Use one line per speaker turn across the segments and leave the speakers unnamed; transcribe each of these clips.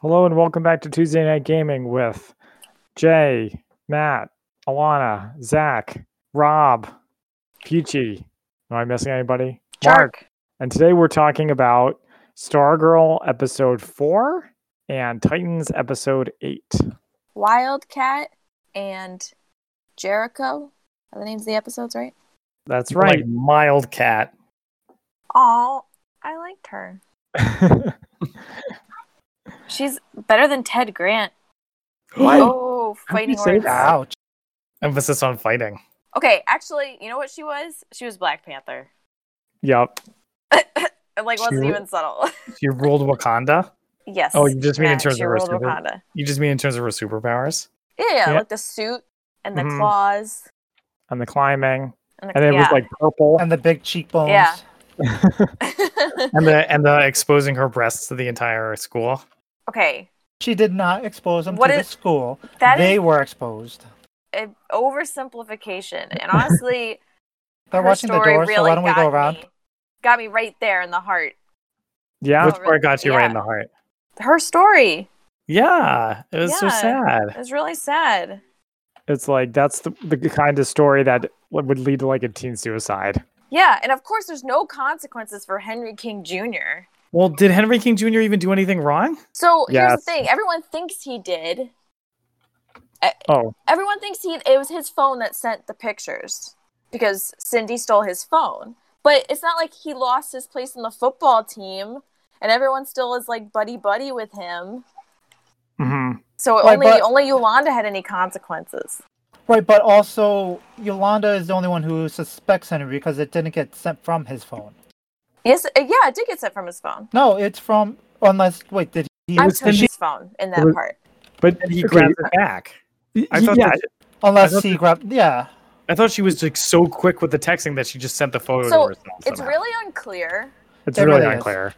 Hello and welcome back to Tuesday Night Gaming with Jay, Matt, Alana, Zach, Rob, Peachy. Am I missing anybody?
Shark.
And today we're talking about Stargirl episode four and Titans episode eight.
Wildcat and Jericho are the names of the episodes, right?
That's right.
Like mild cat.
Oh, I liked her. She's better than Ted Grant.
How
Oh,
can
fighting
you say
words.
that?
Ouch. Emphasis on fighting.
Okay, actually, you know what she was? She was Black Panther.
yep.
It like wasn't
She-
even subtle.
You ruled Wakanda.
yes.
Oh, you just mean in
Matt,
terms
she
of her
ruled
super-
Wakanda.
You just mean in terms of her superpowers.
Yeah, yeah,
Yeah.
like the suit and the
Mm-hmm.
Mhm.
claws.
And the climbing.
And, the,
And it was like purple.
and the big cheekbones.
Yeah. yeah.
And the and the exposing her breasts to the entire school.
okay,
She did not expose them
What
to
is-
the school.
that is
they were exposed.
an oversimplification, and honestly,
They're
her
watching the
story
doors,
really
so why don't we
got
go around?
Me, got me right there in the heart.
Yeah.
Which
really?
part got you right in
Yeah.
the heart?
her story
Yeah. It was so
Yeah.
sad.
is really sad.
It's like that's the, the kind of story that would lead to like a teen suicide.
Yeah, and of course, there's no consequences for Henry King Jr.
Well, did Henry King Jr. even do anything wrong?
So here's
Yes.
the thing: everyone thinks he did. E,
Oh,
Everyone thinks he it was his phone that sent the pictures because Cindy stole his phone. But it's not like he lost his place in the football team, and everyone still is like buddy buddy with him.
hmm
So
Right,
only
but-
only Yolanda had any consequences.
Right, but also Yolanda is the only one who suspects Henry because it didn't get sent from his phone.
Yes, uh, yeah, it did get sent from his phone.
No, it's from unless wait, did he?
I'm
was
Tony's
Cindy-
phone in
it
that
was-
part.
but
And he
okay,
grabbed it back. I thought
yeah,
that- I
unless
thought
he grabbed. Yeah,
I thought she was like so quick with the texting that she just sent the photo
So,
to herself.
It's
somehow.
really unclear
it's
it
really
really is.
unclear.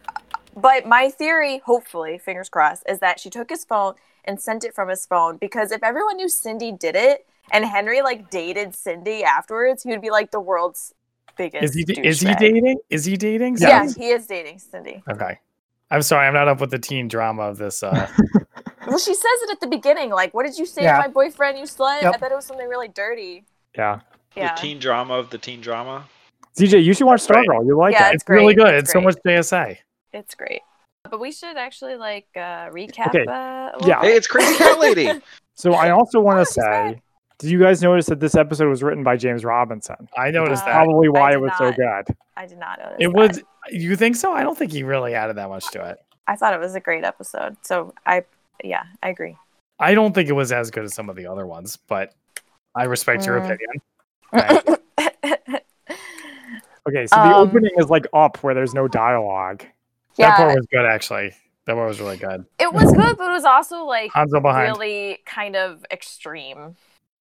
But my theory, hopefully, fingers crossed, is that she took his phone and sent it from his phone because if everyone knew Cindy did it and Henry like dated Cindy afterwards, he would be like the world's biggest.
is he is he
douchebag.
dating? Is he dating?
Yeah,
Zoe?
he is dating Cindy.
Okay. I'm sorry, I'm not up with the teen drama of this uh
Well, she says it at the beginning. Like, what did you say
Yeah.
to my boyfriend? You slut. I
Yep.
bet it was something really dirty.
Yeah,
Yeah.
The teen drama of the teen drama.
DJ, you should watch
Right.
Stargirl. You like
Yeah,
it?
it's really
great,
good.
it's
It's, so
great.
much JSA.
It's great. But we should actually like uh, recap.
Okay.
Uh, a
Yeah.
little
Hey, it's Crazy Cat Lady.
So I also want
Oh,
to
she's back.
say, did you guys notice that this episode was written by James Robinson?
I noticed
Uh,
that.
Probably why
I
it
did
was so good.
I did not notice.
It
that.
was you think so? I don't think he really added that much to it.
I thought it was a great episode. So I, yeah, I agree.
I don't think it was as good as some of the other ones, but I respect your
Mm.
opinion.
Okay, so the
Um,
opening is like up where there's no dialogue.
yeah.
That part was good actually. That part was really good.
It was good, but it was also like
Hanzo behind.
really kind of extreme.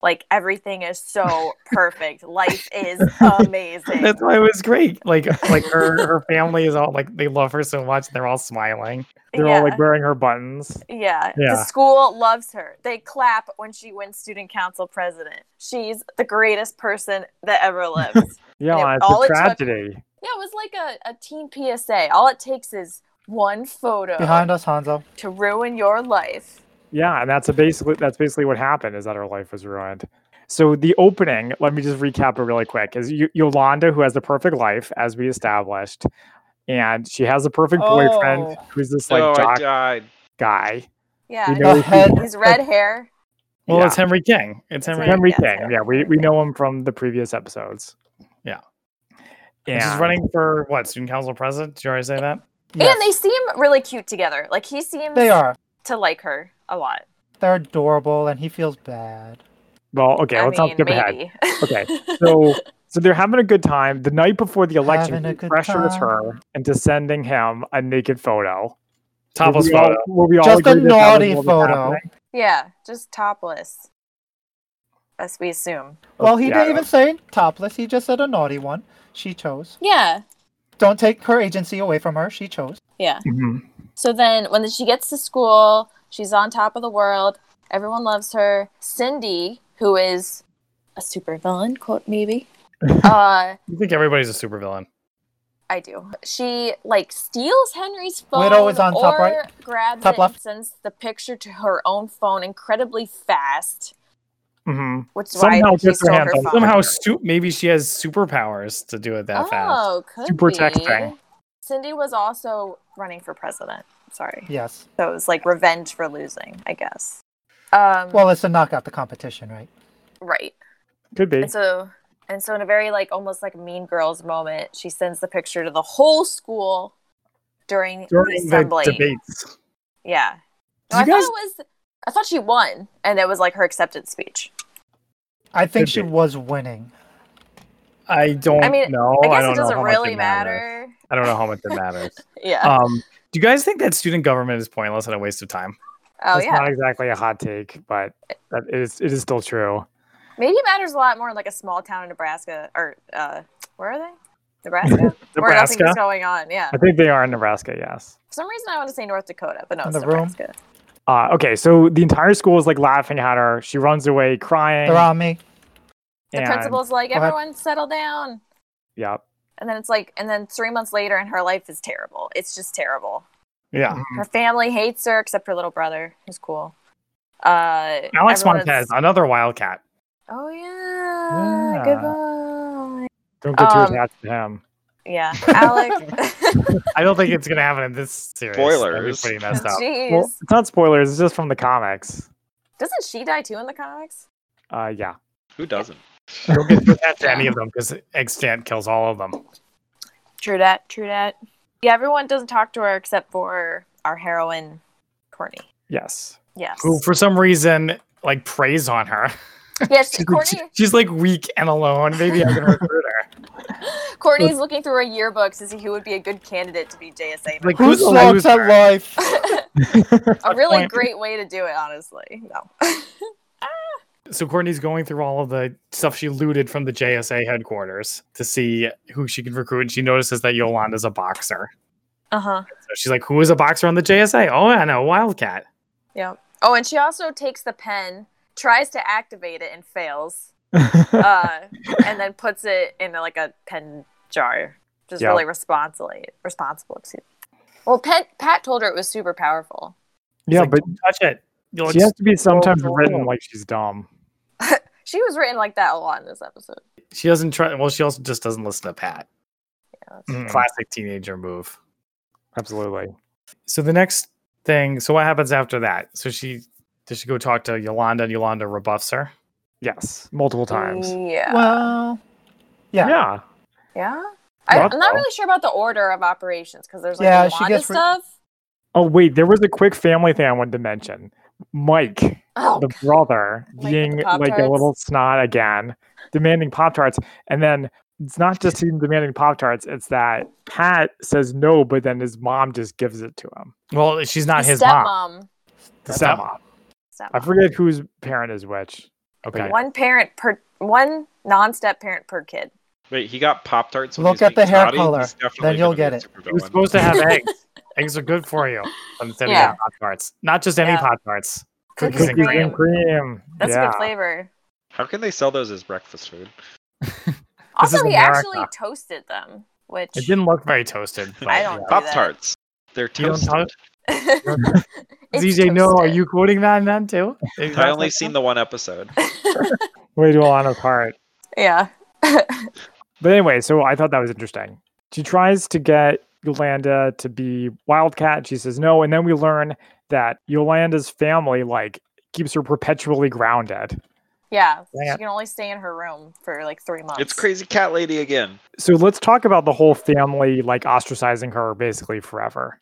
Like everything is so perfect. Life is amazing.
That's why it was great. Like like her her family is all like they love her so much and they're all smiling.
They're
yeah.
all like wearing her buttons.
yeah.
Yeah.
The school loves her. They clap when she wins student council president. She's the greatest person that ever lives. yeah,
Yeah,
And it-
it's
all
a
it took-
tragedy.
it was like a, a teen PSA. All it takes is one photo
behind us, Hanzo.
to ruin your life.
Yeah, and that's a basically that's basically what happened is that her life was ruined. So the opening, let me just recap it really quick. Is y- Yolanda who has the perfect life as we established, and she has a perfect boyfriend
Oh.
who's this like
oh, I
jock
died.
guy.
Yeah.
We know
The
he's
head.
His red hair.
Well,
Yeah.
it's Henry King. It's Henry.
Henry
Henry Yes,
King.
Henry
Yeah, we,
King.
we know him from the previous episodes.
Yeah.
And
She's running for what? Student council president? Did you already say that?
Yes,
And they seem really cute together. Like he seems
they are.
to like her a lot.
They're adorable, and he feels bad.
Well, okay, let's not skip ahead.
maybe.
Okay, so so they're having a good time. The night before the election,
Having a
he
good
pressures
Uh,
time.
her into sending him a naked photo.
Topless
Will we all-
photo.
will we all
Just a
agree that that was
naughty
what was
photo.
happening?
yeah, just topless. As we assume.
Well, he
Yeah.
didn't even say topless. He just said a naughty one. She chose.
Yeah,
Don't take her agency away from her. She chose.
yeah.
Mhm.
So then when she gets to school, she's on top of the world. Everyone loves her. Cindy, who is a super villain, quote maybe. Uh
You think everybody's a supervillain.
I do. She like steals Henry's phone.
Widow is on top
or
right?
Grabs
Top
it
left?
and sends the picture to her own phone incredibly fast.
hmm
Which is why
Somehow gets
she
her
stole
hands on
her
it.
phone.
Somehow, su- maybe she has superpowers to do it that fast.
Oh, could
Super
be.
texting.
Cindy was also running for president. Sorry.
Yes.
So it was like revenge for losing, I guess. Um,
Well, it's to knock out the competition, right?
right.
Could be.
And so, and so, in a very like almost like Mean Girls moment, she sends the picture to the whole school during,
During
the
the
assembly.
debates.
Yeah.
Did
No, I
you guys-
thought it was. I thought she won, and it was like her acceptance speech.
I think
Could
she
be.
was winning.
Oh, I don't
I mean,
know.
I guess
don't
it
know
doesn't
how much
really matter.
matters. I don't know how much it matters.
Yeah.
um, do you guys think that student government is pointless and a waste of time?
oh
That's
yeah.
not exactly a hot take, but that is it is still true.
Maybe it matters a lot more in like a small town in Nebraska or uh, where are they? Nebraska. Where nothing's
Nebraska?
going on. Yeah.
I think they are in Nebraska, yes.
For some reason, I want to say North Dakota, but no,
In
it's
the room?
Nebraska.
Uh, okay, so the entire school is like laughing at her. She runs away crying.
They're on me.
The
and-
principal's like,
Go ahead.
everyone settle down.
Yeah.
And then it's like, and then three months later, and her life is terrible. It's just terrible.
Yeah.
Mhm.
Her family hates her except her little brother, who's cool. Uh,
Alex
everyone's-
Montez, another wildcat.
Oh yeah.
Yeah.
Goodbye.
Don't get too
Um,
attached to him.
Yeah, Alex.
I don't think it's gonna happen in this series. That'd be
Spoilers.
pretty messed up.
Jeez.
Well, it's not spoilers. It's just from the comics.
Doesn't she die too in the comics?
Uh, yeah.
Who doesn't?
Don't get too attached to any of them because extant kills all of them.
True dat, true dat. Yeah, everyone doesn't talk to her except for our heroine, Courtney.
Yes.
Yes.
Who, for some reason, like preys on her.
Yes,
She's like,
Courtney.
she's like weak and alone. Maybe I can recruit her.
Courtney's looking through her yearbooks to see who would be a good candidate to be JSA.
Like
Who
who's the
sucks at
loser?
life?
a really
point.
great way to do it, honestly. No.
So Courtney's going through all of the stuff she looted from the JSA headquarters to see who she can recruit. And she notices that Yolanda's a boxer.
Uh huh.
So she's like, "Who is a boxer on the JSA? Oh, I know, Wildcat."
Oh, and she also takes the pen, tries to activate it, and fails, uh, and then puts it in like a pen jar, just
Yeah.
really responsibly responsible. Excuse me. Well, Pat, Pat told her it was super powerful.
She's
yeah,
like,
but
"Don't touch it. You'll
she has to be sometimes
roll.
written like she's dumb.
She was written like that a lot in this episode.
She doesn't try. Well, she also just doesn't listen to Pat.
Yeah, that's-
Mhm.
Classic teenager move.
Absolutely.
So the next thing. So what happens after that? So she does she go talk to Yolanda, and Yolanda rebuffs her.
Yes. Multiple times.
Yeah.
Well, yeah.
Yeah.
yeah. I,
Yeah.
I'm not really sure about the order of operations because there's like
Yeah,
a
she
lot of
gets re-
stuff.
Oh wait, there was a quick family thing I wanted to mention. Mike.
Oh,
the brother
Like with the
being like a
Pop-Tarts?
little snot again, demanding Pop Tarts. And then it's not just him demanding Pop Tarts, it's that Pat says no, but then his mom just gives it to him.
Well, she's not
the
his
stepmom.
mom.
The
Stepmom.
stepmom. I
Stepmom.
forget whose parent is which.
Okay.
One parent per one non-step parent per kid.
Wait, he got Pop Tarts.
Look at the hair color, then you'll get it.
You're supposed to have eggs. Eggs are good for you. Instead
Yeah.
of pop tarts, not just any
Yeah.
pop tarts.
Cookies
Cookies
Cookies
and
and
cream.
and cream.
That's
yeah.
a good flavor.
How can they sell those as breakfast food?
This is
Also, he actually
America.
toasted them, which
It didn't look very toasted. But
I don't do
Pop Tarts. They're
You don't
toasted.
tell-
It's
ZJ, no, are
toasted.
you quoting that in them too?
I only seen the one episode.
Way to Alana's heart.
Yeah.
But anyway, so I thought that was interesting. She tries to get Yolanda to be Wildcat. She says no. And then we learn that Yolanda's family like keeps her perpetually grounded.
Yeah.
Dang
She
it.
can only stay in her room for like three months.
It's Crazy Cat Lady again.
so let's talk about the whole family like ostracizing her basically forever.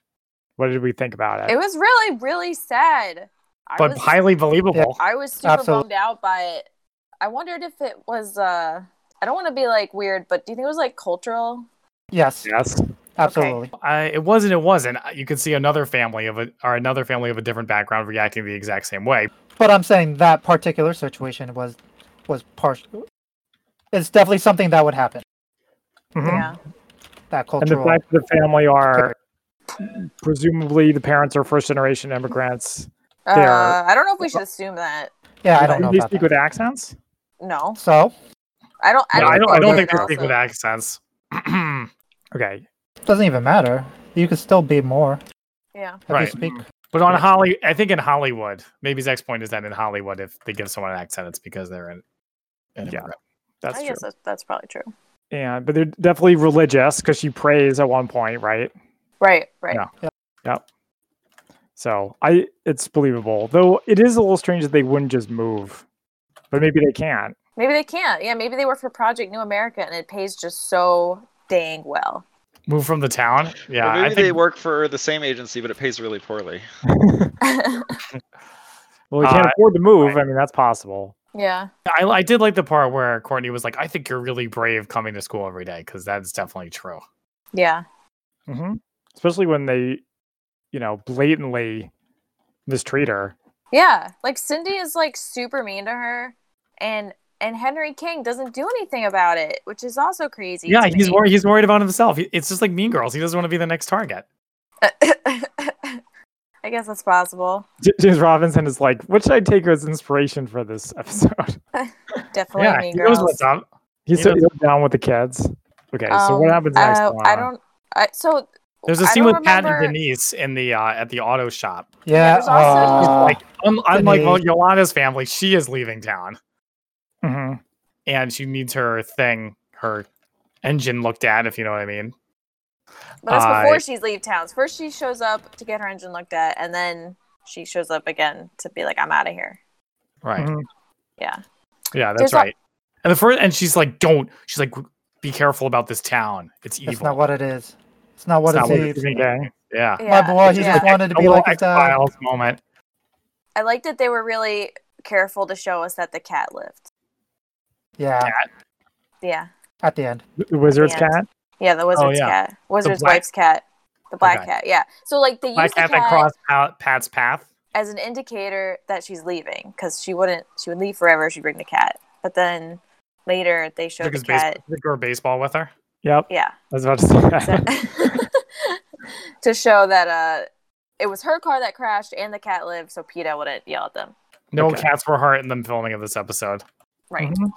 What did we think about it?
It was really, really sad. I
but
was,
highly believable.
I was super
Absolute-
bummed out by it. I wondered if it was uh I don't want to be like weird, but do you think it was like cultural?
Yes,
yes.
absolutely.
I, it wasn't. It wasn't. You could see another family of a or another family of a different background reacting the exact same way.
But I'm saying that particular situation was was partial. It's definitely something that would happen.
Mhm.
Yeah.
That
And the
cultural.
fact that the family are presumably the parents are first generation immigrants. They
Uh,
are-
I don't know if we should assume that.
yeah, I don't know
they
about
speak
that.
with accents.
No,
So
I don't. I
Yeah, I
don't,
don't. I don't
that
think they
also-
speak with accents.
Okay,
Doesn't even matter. You could still be more.
Yeah.
If
Right.
you speak.
Mm.
But on Holly, I think in Hollywood, maybe Zach's point is that in Hollywood, if they give someone an accent, it's because they're in. an
Yeah.
immigrant.
That's
I
true.
guess that's, that's probably true.
Yeah, but they're definitely religious because she prays at one point, right?
Right, right.
Yeah. So I, it's believable. Though it is a little strange that they wouldn't just move, but maybe they can't.
Maybe they can't. Yeah, maybe they work for Project New America and it pays just so dang well.
Move from the town. Yeah,
Or maybe
I
they
think
work for the same agency, but it pays really poorly.
Well, they can't
Uh,
afford to move. I mean, that's possible.
yeah.
I, I did like the part where Courtney was like, "I think you're really brave coming to school every day," because that's definitely true.
Yeah.
hmm Especially when they, you know, blatantly mistreat her.
Yeah. Like Cindy is like super mean to her and and Henry King doesn't do anything about it, which is also crazy.
yeah,
to
he's
me.
worried. He's worried about himself. He- It's just like Mean Girls. He doesn't want to be the next target.
I guess that's possible.
J- James Robinson is like, what should I take as inspiration for this episode?
Definitely
yeah,
mean
he
girls.
knows what's up.
He's
He
so
does.
he's down with the kids. Okay, so what
Um,
happens next?
uh, I
Alana?
don't. I, so
There's a
I
scene with
don't
Pat and
remember-
Denise in the uh, at the auto shop.
Yeah.
there's also just,
uh,
like un- unlike
Denise.
Yolanda's family, she is leaving town.
Mhm.
and she needs her thing, her engine looked at, if you know what I mean.
But that's
I-
before she's leave towns. First, she shows up to get her engine looked at, and then she shows up again to be like, "I'm out of here."
Right.
Mm-hmm.
Mhm.
Yeah.
Yeah, that's
There's a-
right. and the first, and she's like, "Don't." She's like, "Be careful about this town. It's evil."
It's not what it is. It's not what
It's
it's.
not what it is.
is.
Okay. Yeah.
My boy, he
yeah.
just wanted to
A
be
little
like his uh, dad.
X-Files moment.
I like that they were really careful to show us that the cat lived.
Yeah,
Yeah,
at the end.
The wizard's
Yeah.
cat.
yeah, the wizard's
Oh, yeah.
cat, wizard's
black-
wife's cat, the black
Okay.
cat. Yeah. So like they use
Black
the cat
cat that crossed Pat, uh, Pat's path.
as an indicator that she's leaving because she wouldn't. She would leave forever. if She'd bring the cat, but then later they show
Took
the
his baseball,
cat.
took her baseball with her.
Yep,
Yeah.
I was about to say that.
to show that uh, it was her car that crashed and the cat lived, so PETA wouldn't yell at them.
No
Okay.
cats were hurt in the filming of this episode.
Right.
Mm-hmm.
Mhm.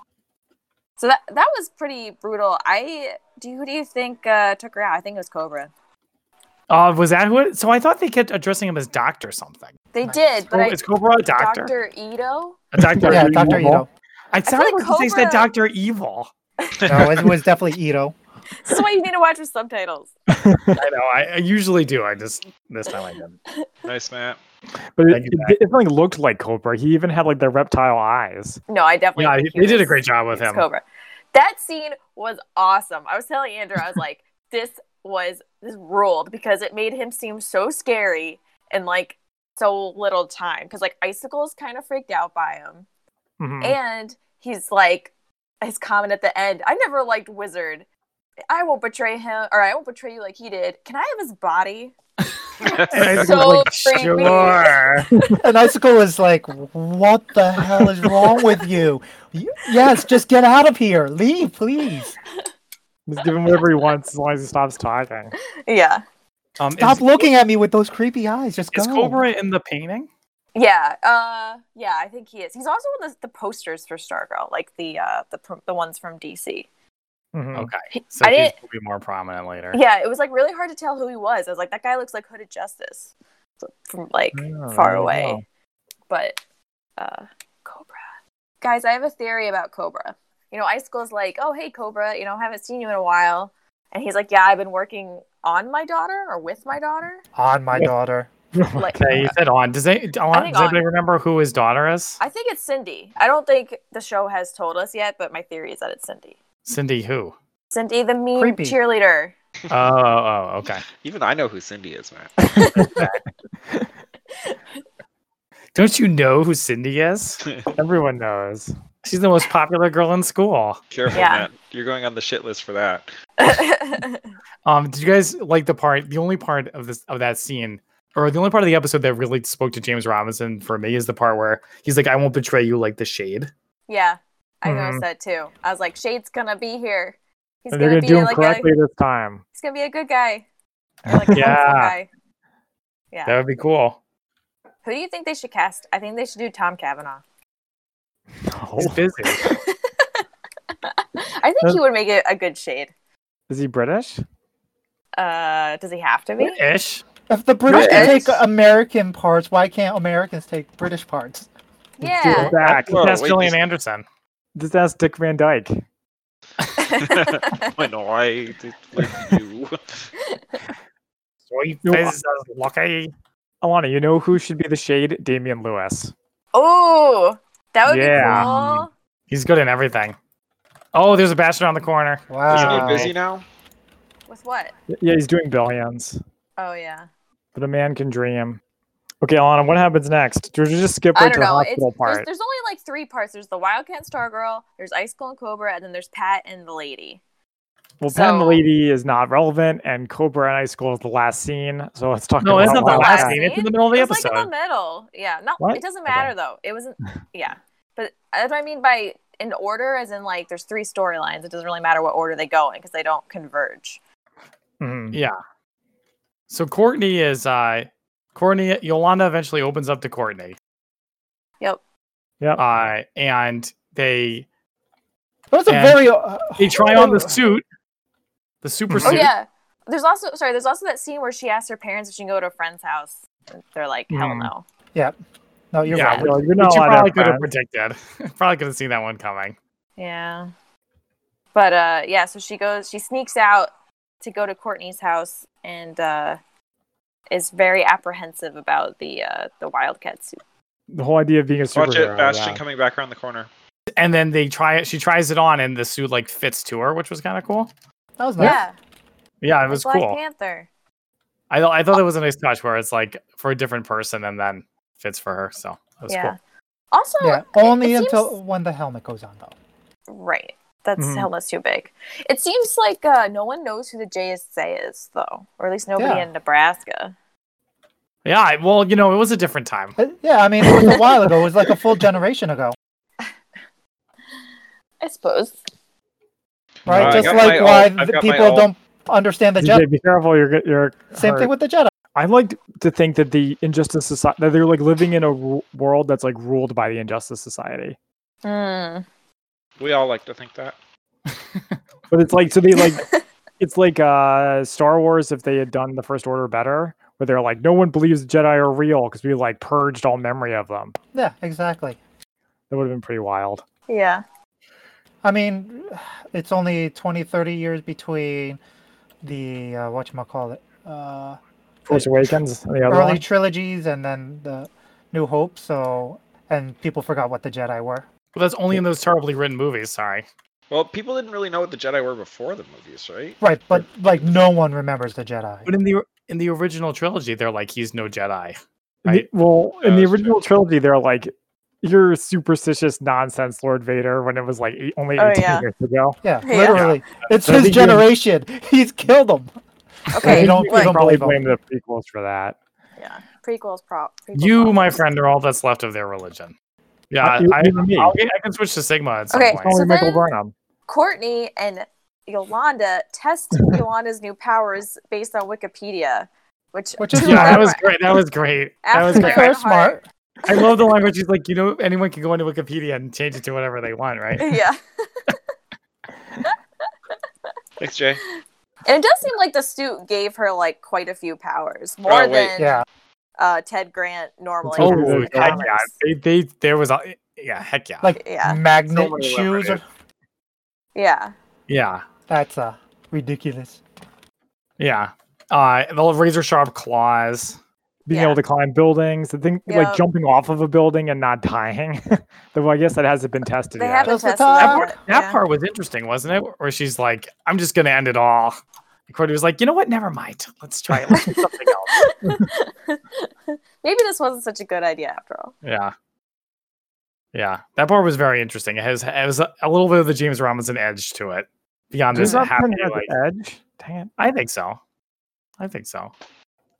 So that that was pretty brutal. I do. you- Who do you think uh, took her out? I think it was Cobra.
Uh, was that who? It, so I thought they kept addressing him as doctor something.
They
Nice.
did, but
Oh,
I,
is Cobra a doctor?
Dr. Ito.
A doctor.
Yeah,
Ito.
Doctor Ito.
It
feel
sounded
like
like, they said
Cobra-
Doctor Evil.
No, it was definitely Ito.
This is why you need to watch with subtitles.
I know. I, I usually do. I just this time I didn't.
Nice, Matt.
But it,
Thank you,
it,
Zach.
di- it definitely looked like Cobra. He even had like the reptile eyes.
No, I definitely.
Yeah,
think he
he- they did a
was-
great job with
it's
him.
Cobra. That scene was awesome. I was telling Andrew, I was like, this was this ruled because it made him seem so scary in like so little time. Because like icicles kind of freaked out by him,
Mm-hmm.
Mhm.
Hmm.
and he's like, his comment at the end, I never liked Wizard. I won't betray him, or I won't betray you like he did. Can I have his body?
And I was
So
like,
creepy.
sure.
And Icicle is like, "What the hell is wrong with you? Y- Yes, just get out of here. Leave, please.
Just give him whatever he wants as long as he stops talking.
Yeah,
Um,
Stop
is,
looking at me with those creepy eyes. Just go."
is Cobra in the painting?
yeah, uh, yeah. I think he is. He's also one of the, the posters for Stargirl, like the uh, the pr- the ones from DC.
Mhm.
Okay,
He-
so
I
he's
didn't-
will be more prominent later.
Yeah, it was like really hard to tell who he was. I was like, that guy looks like Hooded Justice f- from like
Oh, there
far
you
away.
go.
But uh Cobra. Guys, I have a theory about Cobra. You know, Icicle's like, oh hey Cobra, you know, haven't seen you in a while. And he's like, Yeah, I've been working on my daughter or with my daughter.
on my daughter.
Like
Okay, you said on. Does, they, on,
think
does anybody
on.
remember who his daughter is?
I think it's Cindy. I don't think the show has told us yet, but my theory is that it's Cindy.
Cindy who?
Cindy the mean
Creepy.
cheerleader.
Oh, oh, okay.
Even I know who Cindy is, Matt.
Don't you know who Cindy is?
Everyone knows.
She's the most popular girl in school.
Careful,
Yeah.
Matt. You're going on the shit list for that.
Um, did you guys like the part? The only part of this of that scene, or the only part of the episode that really spoke to James Robinson for me is the part where he's like, "I won't betray you like the shade."
yeah. I
Mhm.
noticed that too. I was like, Shade's gonna be here. He's
and they're gonna
be
do him
like a
correctly this time.
He's gonna be a good guy. Or like a
Yeah.
harmful guy. Yeah.
That would be cool.
Who do you think they should cast? I think they should do Tom Cavanaugh.
He's
Oh.
busy.
Uh,
I think he would make it a good shade.
Is he British?
Uh, does he have to be?
Ish.
If the British can
Yes.
take American parts, why can't Americans take British parts?
Yeah.
Just ask,
Whoa,
Ah, That's
wait,
Gillian
this-
Anderson.
just ask Dick Van Dyke.
When I did with you.
Sweet
No, I-
is lucky.
Alana, you know who should be the shade? Damian Lewis.
oh, that would
Yeah.
be cool.
He's good in everything. Oh, there's a bastard on the corner.
Isn't
Wow.
he busy now?
With what?
Yeah, he's doing billions,
Oh yeah.
but a man can dream. Okay, Alana, what happens next? Do we just skip
I
right to
don't
the
know. It's,
hospital
there's,
part?
there's only like three parts. There's the Wildcat Stargirl, there's Ice Cold Cobra, and then there's Pat and the lady.
Well, Pen
so-
Lady is not relevant, and Cobra and Ice School is the last scene. So let's talk
No,
about
it's not the
the
last
last
scene. It's in
scene?
the middle of the
It's
episode.
like in the middle. Yeah. No,
What?
it doesn't
Okay.
matter though. It wasn't. Yeah. But that's what I mean by in order, as in like there's three storylines. It doesn't really matter what order they go in because they don't converge.
Mhm.
Yeah. So Courtney is uh Courtney Yolanda eventually opens up to Courtney.
Yep.
Yep.
Uh and they
That was a
And
very. Uh,
they try on the
horrible-
suit. The super
Mhm.
Oh
suit.
yeah. There's also sorry. There's also that scene where she asks her parents if she can go to a friend's house. They're like, hell
Mm.
no.
No, you're
Yeah,
right.
Well, you're
Which
not
you
allowed to
probably
have
could have
friends.
predicted. probably could have seen that one coming.
Yeah. But uh yeah, so she goes she sneaks out to go to Courtney's house and uh is very apprehensive about the uh the wildcat suit.
The whole idea of being a superhero.
Watch it, Bastion
yeah.
coming back around the corner.
And then they try it. She tries it on, and the suit like fits to her, which was kind of cool.
That was nice.
Yeah, it was
Black
cool.
Panther.
I thought I thought it was a nice touch where it's like for a different person, and then fits for her. So that was
yeah.
cool.
Also
Yeah,
it-
only
it
until
seems-
when the helmet goes on, though.
Right. That's
Mhm.
hell that's too big. It seems like uh no one knows who the JSA is though. Or at least nobody
Yeah.
in Nebraska.
Yeah. I- Well, you know, it was a different time.
But, Uh, yeah, I mean, it was a while ago. It was like a full generation ago,
I suppose.
right?
Uh, I
Just
got
like
my
why
old- I've
the
got my
people
old-
don't understand the Jedi.
DJ, be careful. You're get- you're
Same
hurt.
thing with the Jedi.
I like to think that the Injustice Society that they're like living in a ru- world that's like ruled by the Injustice Society.
Mm.
We all like to think that.
But it's like so they like it's like uh Star Wars if they had done the First Order better, where they're like no one believes the Jedi are real because we like purged all memory of them.
Yeah, exactly.
That would have been pretty wild.
Yeah.
I mean, it's only 20, 30 years between the uh, what you call it, uh,
Force Awakens and the other
early
one.
trilogies, and then the New Hope. So, and people forgot what the Jedi were.
Well, that's only in those terribly written movies. Sorry.
Well, people didn't really know what the Jedi were before the movies, right?
Right, but like no one remembers the Jedi.
But in the in the original trilogy, they're like, he's no Jedi.
In the-
right?
well, in the
Yeah, that's true.
original trilogy, they're like you're superstitious nonsense, Lord Vader, when it was like eight, only
Oh,
eighteen
yeah.
years ago.
Yeah,
Yeah.
literally, it's
I
his
think you're-
generation. He's killed them.
I
Okay.
think
don't-
you
we
can
look,
don't-
probably blame
believe
the prequels for that.
yeah. Prequels prop.
You, my friend, are all that's left of their religion. Yeah, I,
you-
I,
you and me.
I'll get- I can switch to Sigma at some
Okay,
point.
Only
So
Michael
then-
Burnham.
Courtney and Yolanda test Yolanda's new powers based on Wikipedia, which
Which is
to
So
yeah,
then-
elaborate-
that was great. That was great. That was
After
great.
my
Very
own heart.
smart.
I love the language. He's like, you know, anyone can go into Wikipedia and change it to whatever they want, right?
Yeah,
Thanks, Jay.
and it does seem like the suit gave her like quite a few powers, more
Oh, wait.
than
Yeah,
uh, Ted Grant normally.
Oh,
has.
yeah,
heck
powers.
yeah. They, they, there was, a, yeah, heck yeah.
like
Yeah.
magnet
Someone remembered
shoes. Or,
yeah,
yeah,
that's uh, ridiculous.
yeah. Uh, the razor sharp claws.
being
Yeah.
able to climb buildings, the thing
Yep.
like jumping off of a building and not dying. Though I guess that hasn't been tested
they
yet.
haven't
Just the
tested
top.
that.
That,
yet.
part, that
yeah.
part was interesting, wasn't it? Where she's like, I'm just going to end it all. And Courtney was like, you know what? Never mind. Let's try it. Let's do something else.
Maybe this wasn't such a good idea after all.
Yeah. Yeah. That part was very interesting. It has it was a, a little bit of the James Robinson edge to it. Beyond
Does
this
that
happy,
turn it at
like,
the edge? Dang it.
I think so. I think so.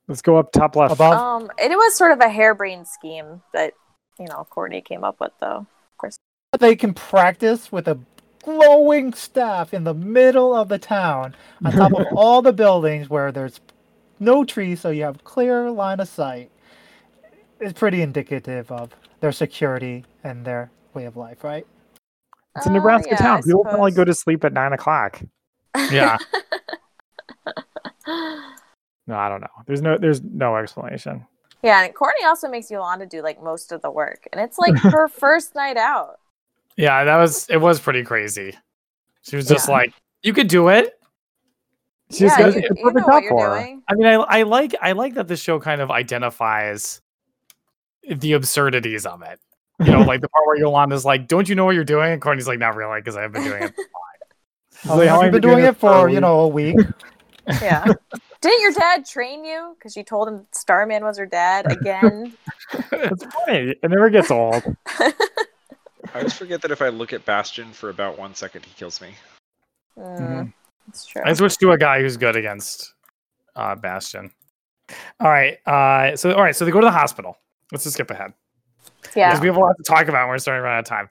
Let's go up top left.
Above,
Um, and it was sort of a harebrained scheme that you know Courtney came up with, though.
they can practice with a glowing staff in the middle of the town, on top of all the buildings where there's no trees, so you have clear line of sight. It's pretty indicative of their security and their way of life, right?
it's a
Uh,
Nebraska
yeah, I
town. People can only
suppose.
go to sleep at nine o'clock.
Yeah.
No, I don't know. There's no there's no explanation.
Yeah, and Courtney also makes Yolanda do like most of the work, and it's like her first night out.
Yeah, that was it was pretty crazy. She was just like, "You could do it."
She's
yeah,
gonna be
you,
a
you know
perfect
what
cop
you're
for her.
doing.
I mean, I I like I like that the show kind of identifies the absurdities of it. You know, like the part where Yolanda's like, "Don't you know what you're doing?" And Courtney's like, "Not really, because I've been doing it."
She's
Oh,
like, "How long
I've been
have you
doing it
this
for you
week?"
know a week.
Yeah. Didn't your dad train you? Because you told him Starman was her dad again.
It's funny. It never gets old.
I always forget that if I look at Bastion for about one second, he kills me.
Mm,
Mhm.
That's true.
I switched to a guy who's good against uh, Bastion. All right. Uh, so all right. So they go to the hospital. Let's just skip ahead. because
yeah.
we have a lot to talk about. And we're starting to run out of time.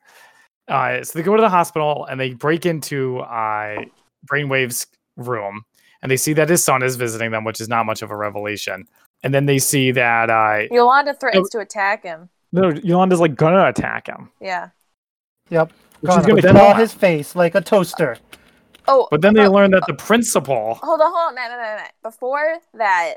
Uh, so they go to the hospital and they break into uh, Brainwave's room and they see that his son is visiting them, which is not much of a revelation. And then they see that uh,
Yolanda threatens to attack him.
No, Yolanda's like gonna attack him.
Yeah.
She's
Gonna
gonna
melt
kill
his face like a toaster.
Oh,
but then they
uh,
learn that the principal.
hold on, hold on. No, no, no, no. Before that,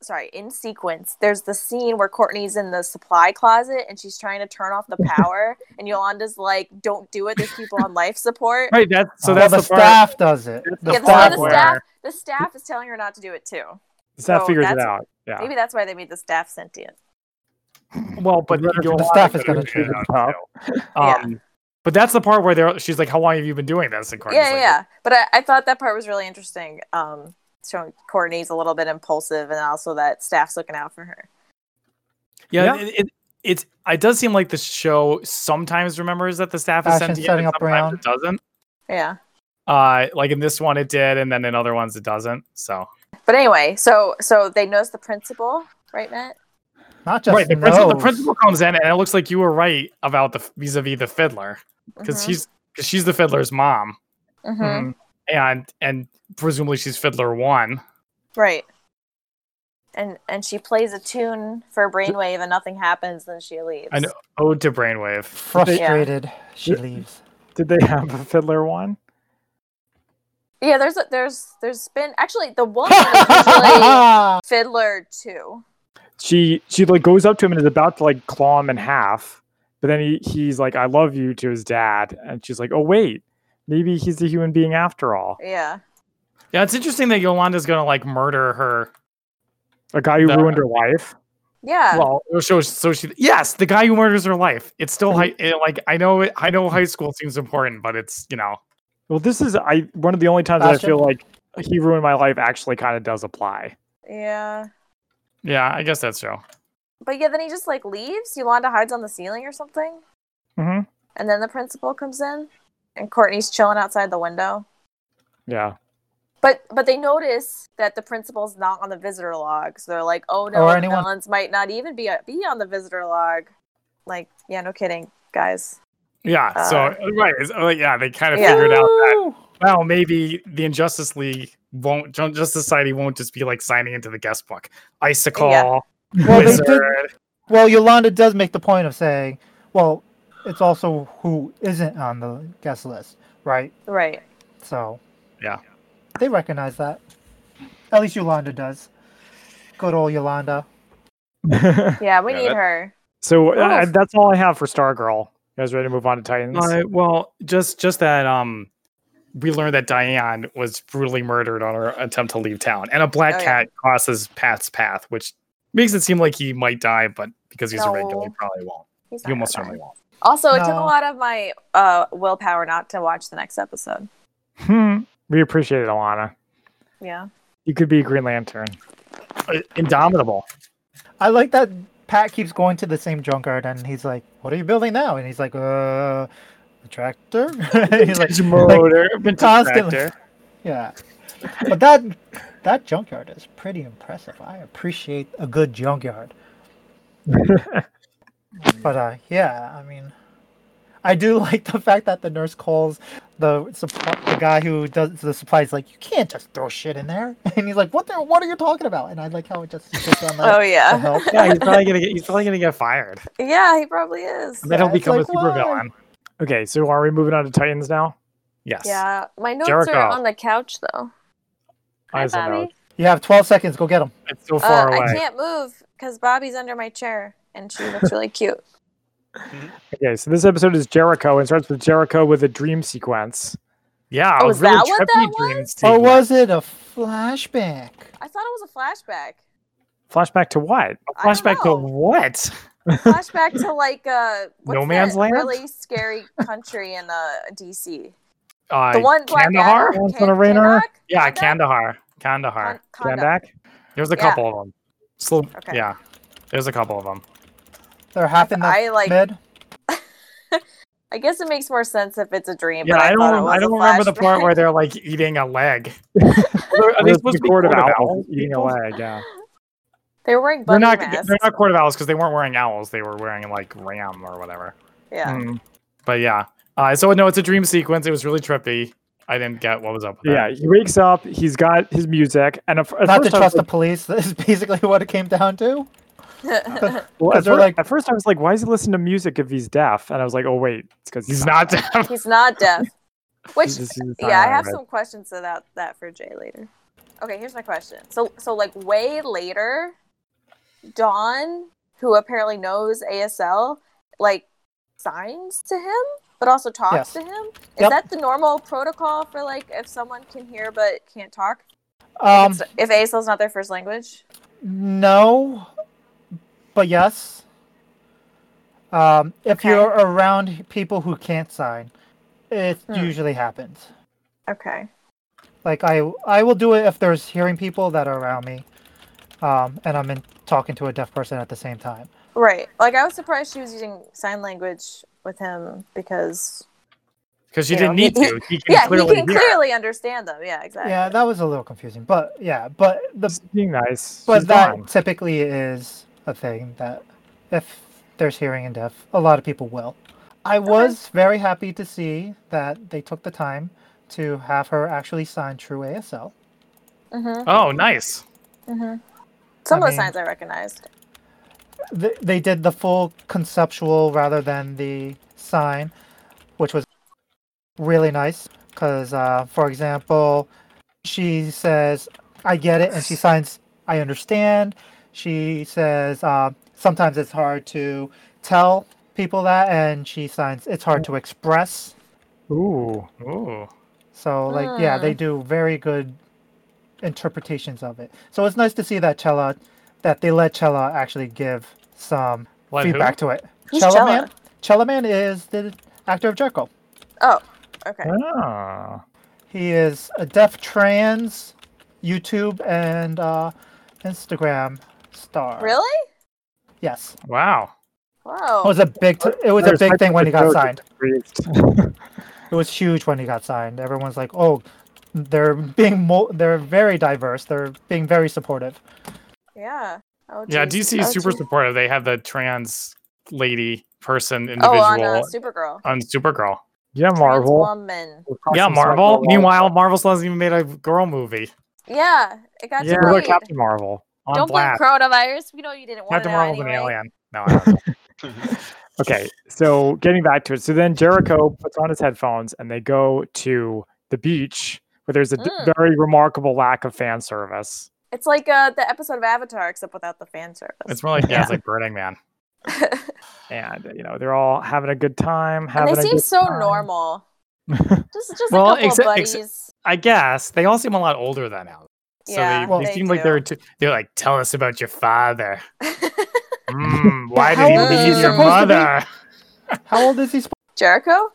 sorry, in sequence, there's the scene where Courtney's in the supply closet and she's trying to turn off the power, and Yolanda's like, "Don't do it. There's people on life support."
Right. That so
So
that's
Oh. the,
the, part.
staff does it.
That's the
Yeah, the, so
staff
the
where-
staff, the staff is telling her not to do it too.
The staff
So
figures it
that's-
out. Yeah.
Maybe that's why they made the staff sentient.
Well, but
The
Yolanda
staff is
could've
gonna
figured
choose
it
the
out, too. Um, But that's the part where they're, she's like, "How long have you been doing this?" And Courtney's
yeah,
like,
yeah. But I, I thought that part was really interesting. Um, showing Courtney's a little bit impulsive, and also that staff's looking out for her.
Yeah,
Yeah.
It, it, it's it does seem like the show sometimes remembers that the staff is
Fashion
sentient,
setting
and
up
sometimes
Brown.
it doesn't.
Yeah.
Uh, like in this one it did, and then in other ones it doesn't. So
But anyway, so so they notice the principal, right, Matt?
Not just
right, the
nose.
principal, the principal comes in, and it looks like you were right about the vis-a-vis the fiddler because
Mhm.
he's because she's the fiddler's mom,
Mhm.
Mhm.
and and presumably she's fiddler one.
right. And and she plays a tune for Brainwave, and nothing happens. Then she leaves.
I know. Ode to Brainwave.
Frustrated, she leaves.
Did they have a fiddler one?
Yeah, there's a, there's there's been actually the woman is usually Fiddler too.
She she like goes up to him and is about to like claw him in half, but then he, he's like, "I love you" to his dad, and she's like, "Oh wait, maybe he's a human being after all."
Yeah,
Yeah, it's interesting that Yolanda's gonna like murder her.
A guy who
The-
ruined her life.
yeah.
well, so so she yes, the guy who murders her life. It's still high, it, like I know it, I know high school seems important, but it's you know
Well, this is I one of the only times that I
Bastion?
feel like he ruined my life actually kind of does apply.
Yeah.
yeah I guess that's true.
But yeah, then he just like leaves. Yolanda hides on the ceiling or something.
Mhm.
And then the principal comes in and Courtney's chilling outside the window.
Yeah.
But but they notice that the principal's not on the visitor log. So they're like, oh no,
Or
the
anyone-
villains might not even be be on the visitor log. Like, yeah, no kidding, guys.
Yeah, so
Uh,
right, it's- oh, yeah, they kind of
Yeah.
figured out that well maybe the Injustice League won't Jun- Justice Society won't just be like signing into the guest book. Icicle,
Well, they did.
Wizard.
Well, Yolanda does make the point of saying, well, it's also who isn't on the guest list, right?
Right.
So.
Yeah.
They recognize that. At least Yolanda does. Good old Yolanda.
Yeah, we
Yeah,
need
that-
her.
so uh,
Oof.
that's all I have for Stargirl. You guys ready to move on to Titans?
Uh, well, just just that um we learned that Diane was brutally murdered on her attempt to leave town, and a black
Oh, yeah.
cat crosses Pat's path, which makes it seem like he might die, but because he's a regular, he
No.
probably won't.
He's
He
not
almost
gonna
certainly
die.
won't.
Also, it took a
No.
lot of my uh, willpower not to watch the next episode.
Hmm. We appreciate it, Alana.
Yeah.
You could be a Green Lantern.
Uh, Indomitable.
I like that Pat keeps going to the same junkyard and he's like, What are you building now? And he's like, Uh, a tractor? he's like,
Murder. been
constantly-
distractor.
Yeah. But that that junkyard is pretty impressive. I appreciate a good junkyard. but uh yeah, I mean I do like the fact that the nurse calls the supply, the guy who does the supplies like you can't just throw shit in there and he's like what the, what are you talking about and I like how it just sits on the,
Oh
the
yeah.
help.
Yeah, he's probably gonna get. He's probably gonna get fired.
Yeah, he probably is.
And then he'll
it's
become
like,
a
why?
supervillain.
Okay, so are we moving on to Titans now?
Yes.
Yeah, my notes
Jericho.
are on the couch though. Hi,
Eyes on
Bobby.
You have 12 seconds. Go get them.
It's so
Uh,
far
I
away.
can't move because Bobby's under my chair and she looks really cute.
Okay, so this episode is Jericho and starts with Jericho with a dream sequence.
Yeah,
Oh,
a
is
really
that what
trippy
that
dream
Or
sequence.
was Oh, it a flashback?
I thought it was a flashback.
Flashback to what?
I don't
Flashback to
know.
what?
Flashback to like uh, what's
No man's
that
land?
Really scary country in uh, DC.
Uh,
The one black
Kandahar?
guy.
Once
Kan-
on a rainer?
Kandak?
Yeah,
Kandak?
Kandahar. Kandahar.
Kan- Kandak.
Kandak?
There's a
Yeah.
couple of them. Slow.
Okay.
Yeah, there's a couple of them.
They're half in the
I, like-
mid.
I guess it makes more sense if it's a dream.
Yeah,
but
I,
I, thought it
don't.
was
I
a
don't remember the part
flashback.
where they're like eating a leg. Are they
Where's
supposed
the
to be
court of
court of
owls
owls
eating a
people?
leg? Yeah.
they were wearing
They're
bunny
not.
masks.
They're not court of owls because they weren't wearing owls. They were wearing like ram or whatever.
Yeah.
Mm. But yeah. Uh, so no, it's a dream sequence. It was really trippy. I didn't get what was up. With
Yeah,
that.
he wakes up. He's got his music, and at, at
Not to
first I was
trust the
like,
police. That is basically what it came down to.
well, at,
because they're
first,
like-
at first I was like, "Why does he listen to music if he's deaf?" And I was like, "Oh wait, it's because
he's not deaf.
He's not deaf. Which
He's just- he's just
yeah, I
not
have
right.
some questions about that for Jay later. Okay, here's my question. So so like way later, Dawn, who apparently knows ASL, like signs to him, but also talks
Yes.
to him. Is
Yep.
that the normal protocol for like if someone can hear but can't talk?
Um,
If it's- if ASL is not their first language?
No, but yes. Um, if
Okay.
you're around people who can't sign, it
Hmm.
usually happens.
Okay.
Like I, I will do it if there's hearing people that are around me, um, and I'm in, talking to a deaf person at the same time.
Right. Like I was surprised she was using sign language with him because
Because you
You know,
didn't need
he-
to. He can
yeah,
clearly
he can
hear.
clearly understand them. Yeah, exactly.
Yeah, that was a little confusing, but yeah, but the
Just being nice.
but
She's
that
gone.
typically is a thing that if there's hearing and deaf, a lot of people will. I was very happy to see that they took the time to have her actually sign True ASL.
Mm-hmm.
Oh, nice.
hmm Some
I
of the
mean-
signs I recognized.
Th- They did the full conceptual rather than the sign, which was really nice. Because, uh, for example, she says, I get it, and she signs, I understand. She says, uh, sometimes it's hard to tell people that, and she signs, it's hard to express.
Ooh,
Ooh.
So, like, yeah,
Hmm.
they do very good interpretations of it. So it's nice to see that Chella, that they let Chella actually give some
Let who?
feedback to it.
Who's
Chella
Chella?
Man? Chella Man is the actor of Jerko.
Oh, okay.
ah,
He is a deaf trans YouTube and uh, Instagram star.
Really?
Yes.
Wow.
Whoa.
It was a big. T- it was a
There's
big thing when he got
hypertrophic
signed.
breathed.
It was huge when he got signed. Everyone's like, "Oh, they're being mo- they're very diverse. They're being very supportive."
yeah. Oh,
Yeah,
geez.
DC is
Oh,
super
geez.
supportive. They have the trans lady person individual
Oh,
on,
on uh, Supergirl.
Supergirl.
yeah, Marvel.
Trans woman.
We'll cross
Yeah,
some stuff
Marvel.
over.
Meanwhile, Marvel still hasn't even made a girl movie.
Yeah, it got
yeah,
you.
we're
Late.
Captain Marvel.
On
Don't blame
Black.
coronavirus. We know you didn't want
Captain
to know
Marvel's
anyway.
an alien. No, I don't know.
Okay, so getting back to it, so then Jericho puts on his headphones and they go to the beach where there's a d-
Mm.
very remarkable lack of fan service.
It's like uh, the episode of Avatar, except without the fan service.
it's more like yeah, it's like Burning Man.
And you know they're all having a good time.
and
Having
they
a
seem
good
so
time.
normal. just, just a
Well,
couple of
except-
buddies.
ex- I guess they all seem a lot older than now. So
yeah,
they, they,
they
seem like they're
do.
too, they're like, tell us about your father. Mm, why
how
did he
old is he
leave your
supposed to be?
mother?
How old is he? Sp-
Jericho.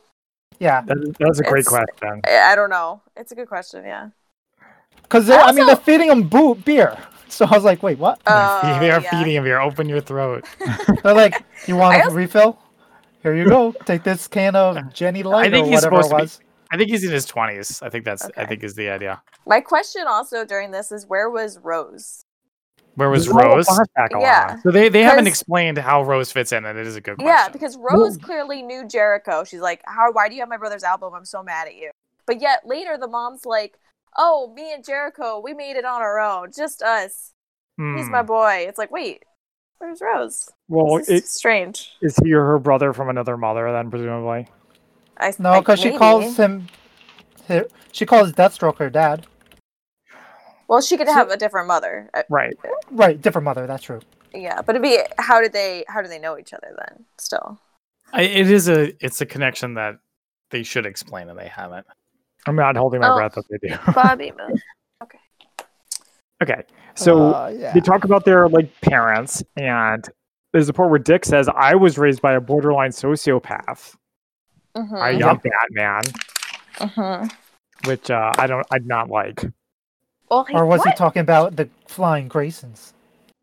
yeah,
That is, that's a great
It's-
question.
I I don't know. It's a good question. Yeah.
because I mean they're feeding him boo- beer. So I was like, "Wait, what?"
Oh,
they are
yeah.
feeding him here. Open your throat.
They're like, "You want
I
a
also-
refill? Here you go. Take this can of Jenny Light
think
or
he's
whatever it
supposed to be-
was."
I think he's in his twenties. I think that's. I
Okay.
think is the idea.
My question also during this is where was Rose?
Where was
There's a lot of
Rose?
flashback along.
Yeah.
So they, they haven't
'Cause-
explained how Rose fits in, and it is a good question.
Yeah, because Rose clearly knew Jericho. She's like, "How? Why do you have my brother's album? I'm so mad at you." But yet later, the mom's like, "Oh, me and Jericho, we made it on our own, just us. He's
Hmm.
my boy." It's like, wait, where's Rose?
Well,
This is
it,
strange.
is he or her brother from another mother then, presumably?
I
No,
I-
because she
maybe.
calls him. her- She calls Deathstroke her dad.
Well, she could have a different mother. Uh,
Right.
Right, different mother. That's true.
yeah, but it'd be how did they how do they know each other then? Still,
I, it is a it's a connection that they should explain and they haven't.
I'm not holding my
Oh.
breath that they do.
Bobby Moon.
Okay. So
Uh, yeah.
they talk about their like parents and there's a part where Dick says, I was raised by a borderline sociopath.
Mm-hmm.
I am Batman,
hmm
which uh, I don't I'd not like.
Well, he,
or was
what?
he talking about the flying Graysons?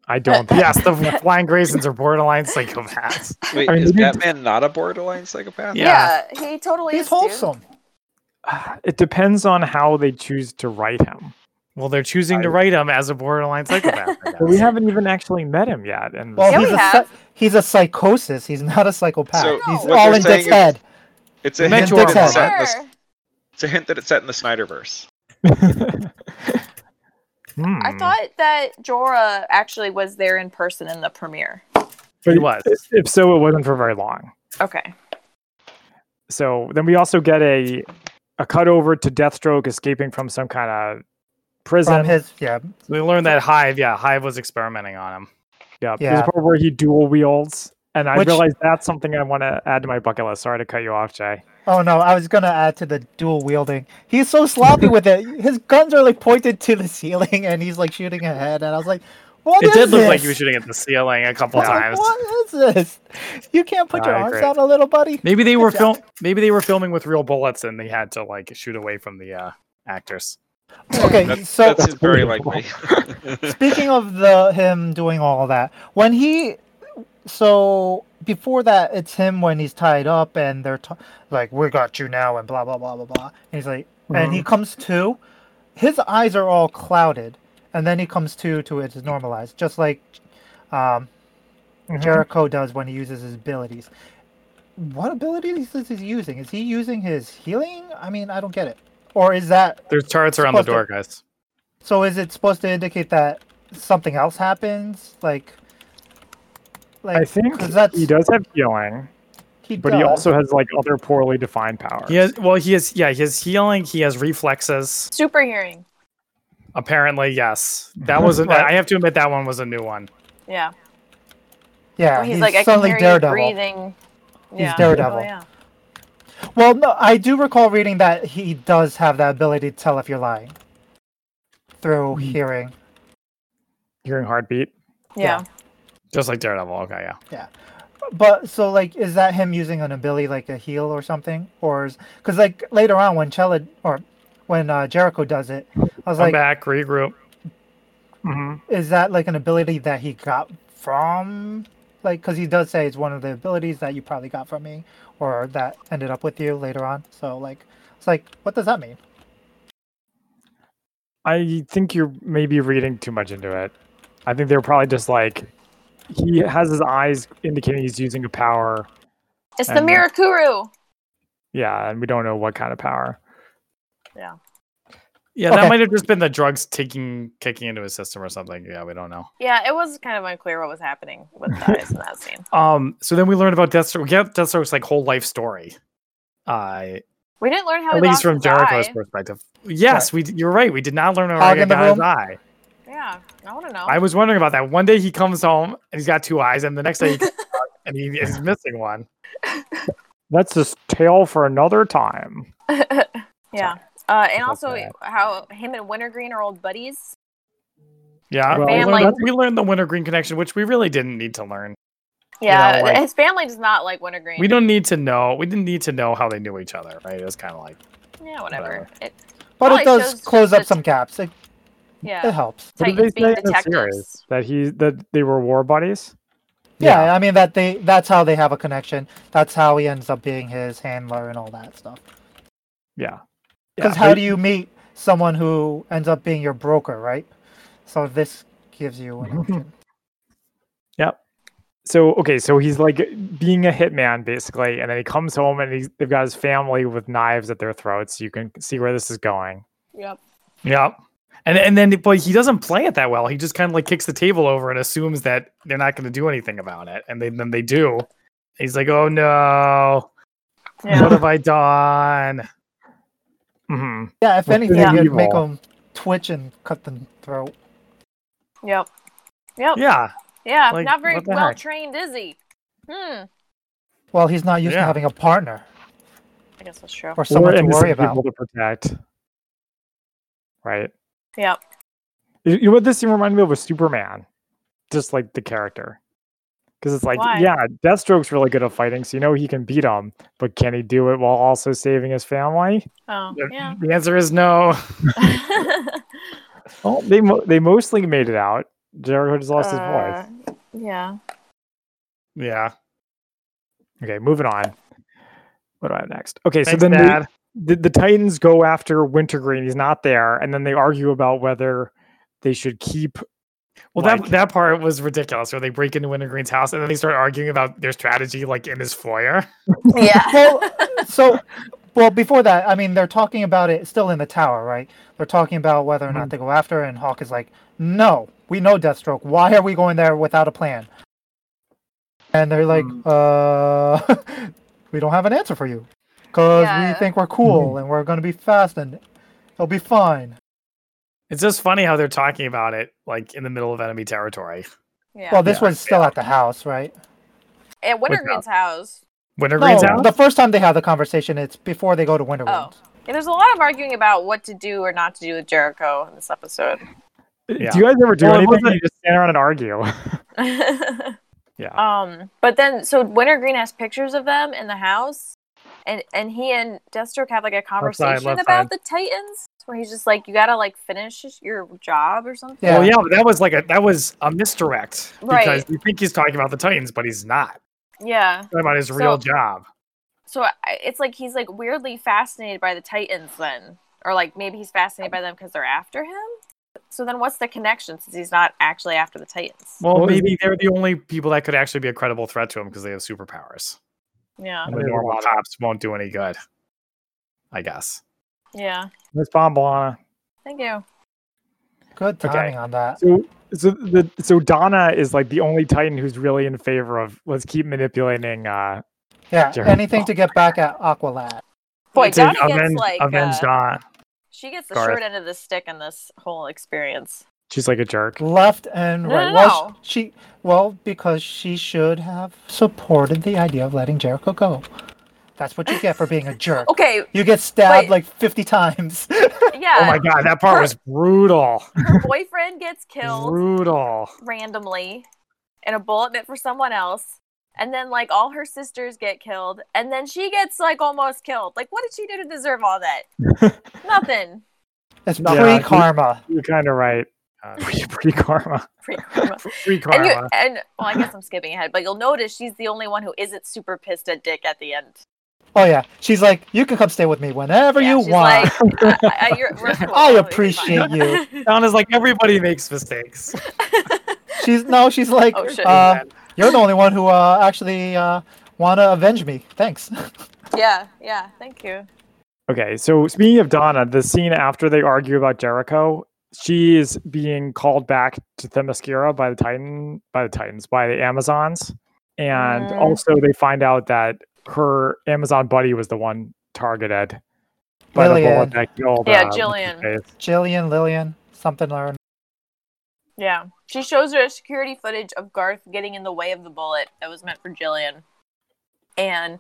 I don't think
Yes, the flying Graysons are borderline psychopaths.
Wait,
I mean,
is
they didn't-
Batman not a borderline psychopath?
yeah. he totally
He's
is. dude.
wholesome.
it depends on how they choose to write him.
Well, they're choosing to
I-
write him as a borderline psychopath. I
But we
guess.
haven't even actually met him yet. And
Well,
Yeah,
he's
we
a
have.
psy- he's a psychosis. He's not a psychopath.
So,
he's
what
all
they're
in Dick's
saying is-
head.
It's a,
Mentor
hint that it's,
Mentor.
set in the,
Sure.
it's a hint that it's set in the Snyderverse.
hmm.
I thought that Jorah actually was there in person in the premiere.
But
He was.
If so, it wasn't for very long.
Okay.
So then we also get a a cut over to Deathstroke escaping from some kind of prison.
From his yeah,
we learned that Hive, yeah, Hive was experimenting on him.
Yeah, there's
Yeah.
a part where he dual wields, and I
Which-
realized that's something I want to add to my bucket list. Sorry to cut you off, Jay.
Oh no, I was gonna add to the dual wielding. He's so sloppy with it. His guns are like pointed to the ceiling and he's like shooting ahead and I was like, What
It
is
did look
this?
like he was shooting at the ceiling a
I
couple
was like,
times.
What is this? You can't put your
I
arms
agree.
out a little buddy.
Maybe they were
job.
film. Maybe they were filming with real bullets, and they had to like shoot away from the uh, actors.
Okay,
That's,
so
that seems very
Unbelievable.
likely.
Speaking of the him doing all that, when he so before that, it's him when he's tied up and they're t- like, "We got you now," and blah blah blah blah blah. And he's like, and
Mm-hmm.
he comes to, his eyes are all clouded, and then he comes to to it's normalized, just like um,
Mm-hmm.
Jericho does when he uses his abilities. What abilities is he using? Is he using his healing? I mean, I don't get it. Or is that
There's charts around the door,
Supposed
guys.
so is it supposed to indicate that something else happens? Like, like
Mm-hmm. I think
'cause that's,
he does have healing,
he
but he
does.
also has like other poorly defined powers.
He has. Well, he has. Yeah, he has healing. He has reflexes.
Super hearing.
Apparently, yes. That was. A,
Right.
I have to admit that one was a new one.
Yeah.
yeah,
Well, he's, like I can
suddenly
hear
Daredevil.
you breathing.
He's
Yeah.
Daredevil.
Oh, yeah.
Well, no, I do recall reading that he does have that ability to tell if you're lying through hearing.
Hearing heartbeat.
Yeah.
Just like Daredevil. Okay, yeah.
But so like, is that him using an ability like a heal or something, or is because like later on when Chella or when uh, Jericho does it, I
Come
was like,
back, regroup.
hmm
is that like an ability that he got from like because he does say it's one of the abilities that you probably got from me or that ended up with you later on so like it's like what does that mean
I think you're maybe reading too much into it. I think they were probably just like he has his eyes indicating he's using a power.
It's the
And, uh,
Mirakuru.
Yeah, and we don't know what kind of power.
Yeah,
Okay.
that might have just been the drugs taking kicking into his system or something. Yeah, we don't know.
Yeah, it was kind of unclear what was happening with the eyes in that scene.
Um. So then we learned about Deathstroke. We get Deathstroke's like whole life story. Uh,
We didn't learn how
at
he
least
lost
from
his
Jericho's
eye.
perspective. Yes, we. d- You're right. We did not learn how
Hog
Raga
in the
got his
room?
eye.
Yeah, I want to know.
I was wondering about that. One day he comes home and he's got two eyes, and the next day he comes out and he is missing one.
That's a tale for another time.
yeah. Uh, and
That's
also
bad.
how him and Wintergreen are old buddies.
Yeah,
Well,
we,
Man,
learned,
like-
we learned the wintergreen connection, which we really didn't need to learn.
Yeah,
like-
his family does not like Wintergreen.
We don't need to know. We didn't need to know how they knew each other, right? It was kind of like
Yeah, whatever. It,
but
Well,
it
it
does
shows
close up
just-
some gaps it, it
yeah,
helps
What did
Titans
they say
being
in the series
detectives.
that he that they were war buddies?
yeah. i mean that they that's how they have a connection that's how he ends up being his handler and all that stuff
Yeah.
because how do you meet someone who ends up being your broker right so this gives you
Mm-hmm.
an option.
So okay, so he's like being a hitman basically, and then he comes home and he's, they've got his family with knives at their throats. You can see where this is going.
Yep.
Yeah. And and then but he doesn't play it that well. He just kind of like kicks the table over and assumes that they're not going to do anything about it. And they, then they do. He's like, "Oh no. What
Yeah.
have I done?"
hmm
yeah if
Which is
anything you'd make
evil.
him twitch and cut the throat.
Yep. Yep. Yeah.
Yeah. like,
not very
what the
well
heck?
trained, is he? Hmm.
Well, he's not used
Yeah.
to having a partner
I guess that's true.
or someone
or
to
innocent
worry about.
people to protect. Right.
Yep.
You you know what this scene reminded me of was Superman, just like the character, because it's like,
Why?
yeah, Deathstroke's really good at fighting, so you know he can beat him, but can he do it while also saving his family?
Oh,
The-
yeah.
The answer is no. Oh.
Well, they mo- they mostly made it out. Jericho just lost his voice.
Uh, Yeah.
Yeah. Uh.
Okay, moving on. What do I have next? Okay, so
Thanks,
then
Dad.
the, the, the Titans go after Wintergreen. He's not there, and then they argue about whether they should keep.
Well,
like-
that that part was ridiculous. Where they break into Wintergreen's house and then they start arguing about their strategy, like in his foyer.
Yeah.
well, so well before that, I mean, they're talking about it still in the tower, right? They're talking about whether
Mm-hmm.
or not they go after, it, and Hawk is like, "No, we know Deathstroke. Why are we going there without a plan?" And they're like, "Uh, we don't have an answer for you,
Mm.
because
Yeah. Mm-hmm.
we think we're cool and we're going to be fast and it'll be fine."
It's just funny how they're talking about it, like in the middle of enemy territory.
yeah.
Well, this was still at the house, right?
At Wintergreen's house.
Wintergreen's
no,
house.
the first time they have the conversation, it's before they go to Wintergreen.
Oh. Yeah, there's a lot of arguing about what to do or not to do with Jericho in this episode.
Yeah.
Do you guys ever do
Well, it
anything?
wasn't-
You just stand around and argue.
Yeah.
Um, but then so Wintergreen has pictures of them in the house, and and he and Deathstroke have like a conversation
left
about
side.
the Titans, where he's just like, you gotta like finish your job or something.
Yeah.
Well, yeah, but that was like a that was a misdirect because
Right.
you think he's talking about the Titans, but he's not
Yeah.
talking about his
So-
real job.
So I, it's like he's like weirdly fascinated by the Titans then, or like maybe he's fascinated by them because they're after him. So then, what's the connection since he's not actually after the Titans?
Well,
Well, is-
maybe they're the only people that could actually be a credible threat to him because they have superpowers.
yeah,
And
I
the
mean,
normal
well-
cops won't do any good. I guess.
yeah.
Miss Bombalana.
Thank you.
Good
Okay.
timing on that.
So, so the so Donna is like the only Titan who's really in favor of let's keep manipulating. Uh,
Yeah,
Sure.
anything to get back at Aqualad.
Boy,
To
Donna gets
avenge,
like
avenge
uh,
Donna.
she gets the
Garth.
short end of the stick in this whole experience.
she's like a jerk.
Left and
No,
right.
no,
well,
no.
she well because she should have supported the idea of letting Jericho go. That's what you get for being a jerk.
Okay,
You get stabbed
Oh. Wait.
like fifty times.
yeah.
Oh my god, that part was brutal.
her boyfriend gets killed
Brutal.
randomly and a bullet meant for someone else and then like all her sisters get killed and then she gets like almost killed like what did she do to deserve all that nothing
It's
Yeah.
pre karma.
You're kind of right.
Uh,
Pretty, pretty karma.
Free karma.
free
and, you,
karma.
and well i guess i'm skipping ahead but you'll notice she's the only one who isn't super pissed at dick at the end
Oh yeah, she's like, you can come stay with me whenever
Yeah,
you
she's
want.
like, I, I- I- you're- we're cool,
I
we'll be
appreciate
fine.
you.
Donna's like everybody makes mistakes.
she's no, she's like,
Oh, shit.
uh, you're the only one who uh, actually uh, wanna avenge me. Thanks.
yeah yeah thank you
Okay, so speaking of Donna, the scene after they argue about Jericho, she is being called back to Themyscira by the Titan, by the Titans, by the Amazons, and
Mm.
also they find out that her Amazon buddy was the one targeted by the bullet
Lillian,
that killed.
Yeah,
uh, what's his
Jillian.
face.
Jillian, Lillian, something or
yeah she shows her security footage of garth getting in the way of the bullet that was meant for jillian and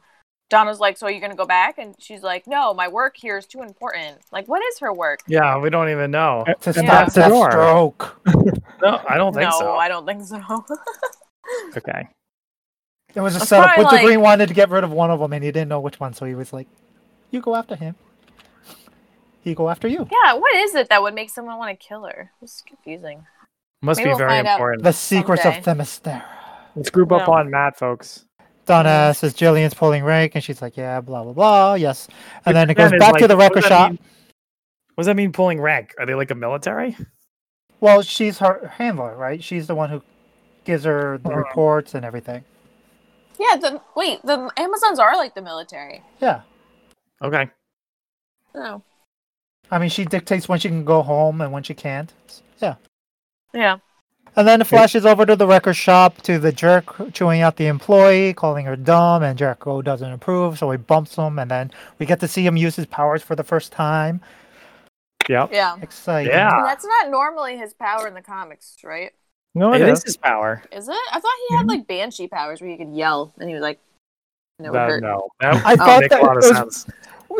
donna's like so are you gonna go back and she's like no my work here is too important like what is her work
Yeah, we don't even know.
to
And
stop
that's the door.
Deathstroke.
No, I don't think
no
so.
i don't think so
Okay,
It was a
It's
setup.
probably
Winter
like-
Green wanted to get rid of one of them, and he didn't know which one, so he was like, "You go after him. He go after you."
yeah what is it that would make someone want to kill her it's confusing
Must
Maybe
be
we'll
very
find out.
important.
The secrets of
Someday.
Themyscira.
let's group up
No.
on Matt, folks.
Donna says Jillian's pulling rank, and she's like, "Yeah, blah blah blah, yes." And then it goes
Then it's
back to
like,
the
what
record
does that
shop.
mean- What does that mean pulling rank? Are they like a military?
Well, she's her handler, right? She's the one who gives her the
Uh-huh.
reports and everything.
yeah the wait the amazons are like the military
Yeah,
Okay.
oh
I mean, she dictates when she can go home and when she can't. Yeah.
yeah
And then it flashes over to the record shop to the jerk chewing out the employee, calling her dumb, and Jericho doesn't approve, so he bumps him. And then we get to see him use his powers for the first time.
Yep.
Yeah.
Exciting.
Yeah.
Ah.
And that's not normally his power in the comics, right?
No,
It
it
is
is.
his power.
Is it? I thought
Mm-hmm.
he had like banshee powers where he could yell and he was like, no,
That-
hurt.
no.
That
I
would
thought
make
that
a lot of
was-
sense.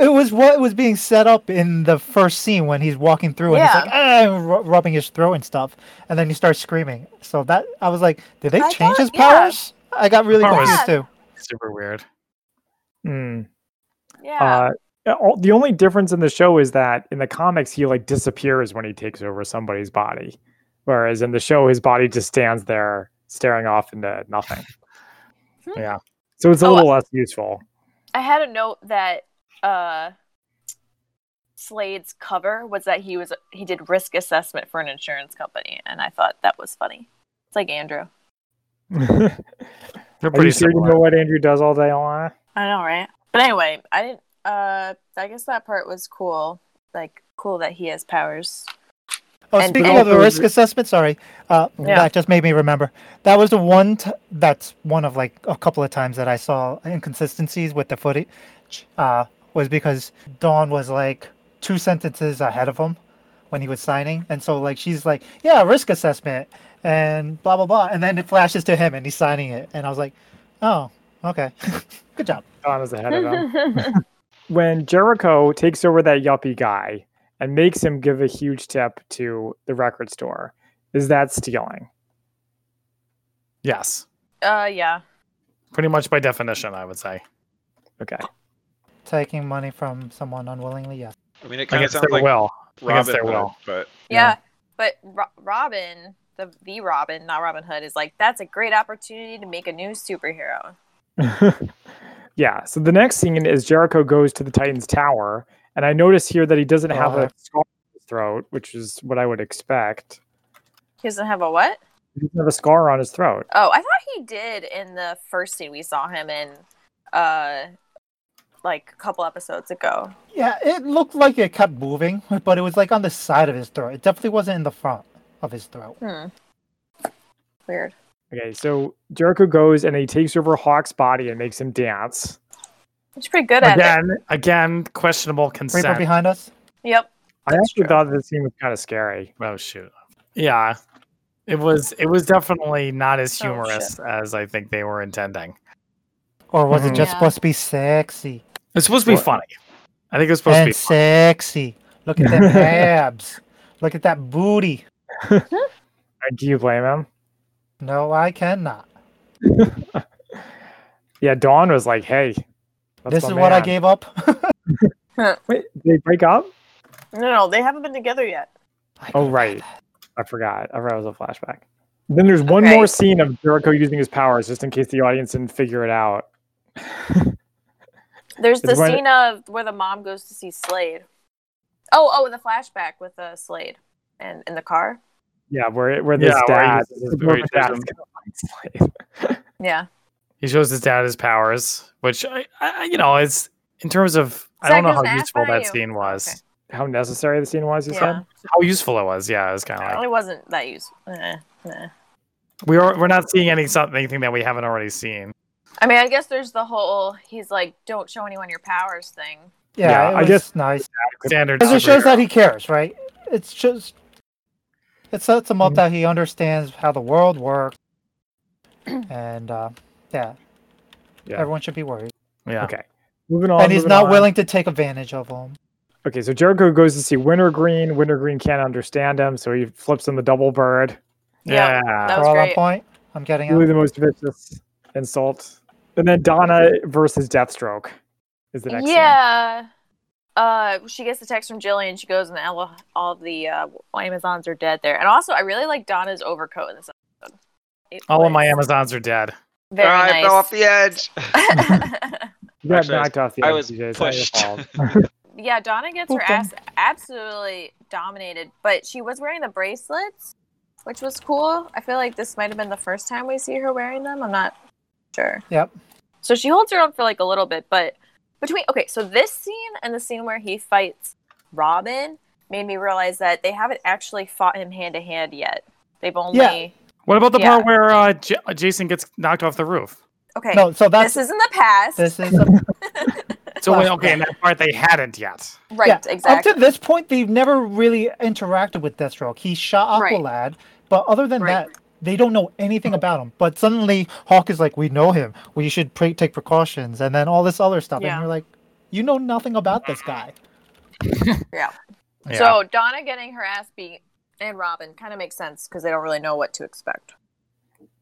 It was what was being set up in the first scene when he's walking through and
Yeah.
he's like ah, and ru- rubbing his throat and stuff, and then he starts screaming. So that I was like, did they
I
change
thought-
his
yeah.
powers? I got really
Powers.
confused too.
Super weird.
Mm.
Yeah.
Uh, all- the only difference in the show is that in the comics he like disappears when he takes over somebody's body, whereas in the show his body just stands there staring off into nothing.
Hmm.
yeah, so it's a
Oh,
little less useful.
I had a note that uh Slade's cover was that he was he did risk assessment for an insurance company, and I thought that was funny. It's like Andrew.
They're
Are
pretty
you sure you
similar.
know what Andrew does all day, Alana?
I know, right? But anyway, I didn't. Uh, I guess that part was cool. Like cool that he has powers.
Oh,
And-
speaking
and-
of the risk assessment, sorry, uh,
Yeah.
that just made me remember. That was the one. T- that's one of like a couple of times that I saw inconsistencies with the footage. Uh, was because Dawn was like two sentences ahead of him when he was signing, and so like she's like, "Yeah, risk assessment," and blah blah blah, and then it flashes to him and he's signing it, and I was like, "Oh, okay, good job."
Donna's ahead of him. when Jericho takes over that yuppie guy and makes him give a huge tip to the record store, is that stealing?
Yes.
uh, yeah.
Pretty much by definition, I would say.
Okay.
Taking money from someone unwillingly, yes.
I mean, it kind of
Against
sounds
their
like
will.
Robin
their
Hood,
will.
but
Yeah. But Ro- Robin, the the Robin, not Robin Hood, is like that's a great opportunity to make a new superhero.
yeah. So the next scene is Jericho goes to the Titans Tower, and I notice here that he doesn't have
Uh-huh.
a scar on his throat, which is what I would expect.
He doesn't have a what?
He doesn't have a scar on his throat.
Oh, I thought he did in the first scene we saw him in, uh, like a couple episodes ago.
Yeah, it looked like it kept moving, but it was like on the side of his throat. It definitely wasn't in the front of his throat.
Hmm. Weird.
Okay, so Jericho goes and he takes over Hawk's body and makes him dance.
He's pretty good at it.
Again, again, questionable consent.
Reaper behind us.
Yep.
I
That's
actually
true.
thought this scene was kind of scary.
Oh shoot. Yeah. It was it was definitely not as
Oh, shit.
humorous as I think they were intending.
Or was
Mhm.
it just
Yeah.
supposed to be sexy?
It's supposed to be
Well-
funny. I think it was supposed
and
to be fun.
sexy. Look at them abs. Look at that booty.
Uh, Do you blame him?
No, I cannot.
Yeah, Dawn was like, "Hey, that's
this
my
is what I
man."
gave up.
Wait, did they break up?
No, no, they haven't been together yet.
Oh right, I forgot. I forgot it was a flashback. Then there's one
Okay.
more scene of Jericho using his powers, just in case the audience didn't figure it out.
There's the
It's when-
scene of where the mom goes to see Slade. Oh, oh, the flashback with uh, Slade and in the car.
Yeah, where where
Yeah,
this
where he
dad,
uses his-
where
where he
his
shows
dad's
him-
gonna find Slade.
Yeah.
He shows his dad his powers, which I, I you know, it's in terms of I
So I
don't know
was gonna
how
ask,
useful
why are
that
you-
scene was.
Okay.
How necessary the scene was, you
yeah.
said?
How useful it was, yeah, it was kinda like
It wasn't that useful. Eh, eh.
we are we're not seeing any something anything that we haven't already seen.
I mean, I guess there's the whole he's like, don't show anyone your powers thing.
Yeah,
yeah, it
I
was
guess-
nice.
Standard
Because it shows
superhero.
that he cares, right? It's just it sets
Mm-hmm.
him up that he understands how the world works. And uh, yeah,
Yeah.
everyone should be worried.
yeah.
Okay, moving on.
and he's
moving
not
on.
willing to take advantage of them.
Okay, so Jericho goes to see Wintergreen. Wintergreen can't understand him, so he flips him the double bird.
Yeah.
That
We're
was
all on
great.
point. I'm getting
Really,
it.
the most vicious insult. And then Donna versus Deathstroke is the next. scene.
Yeah. Uh, she gets the text from Jillian. She goes, and all, all the uh, Amazons are dead there. And also, I really like Donna's overcoat in this episode. It
All of my
was
Amazons are dead.
Very
Ah, I
nice.
fell off the edge.
You got
Actually, I was-
knocked off the
I
edge,
was
TJ. It's not your
pushed.
fault.
yeah, Donna gets her
Okay.
ass absolutely dominated, but she was wearing the bracelets, which was cool. I feel like this might have been the first time we see her wearing them. I'm not sure.
Yep.
So she holds her own for like a little bit, but between okay, so this scene and the scene where he fights Robin made me realize that they haven't actually fought him hand to hand yet. They've only
What about the
Yeah.
part where uh, J- Jason gets knocked off the roof?
okay.
No, so that's
this is in the past.
this is a,
So wait,
Oh.
Last
okay, in that part they hadn't yet.
Right,
Yeah,
exactly.
Up to this point, they've never really interacted with Deathstroke. He shot
Right.
Aqualad, but other than
Right.
that, they don't know anything about him. But suddenly, Hawk is like, "We know him. We should pre- take precautions," and then all this other stuff.
Yeah.
And you're like, "You know nothing about this guy."
Yeah.
So Donna getting her ass beat and Robin kind of makes sense because they don't really know what to expect.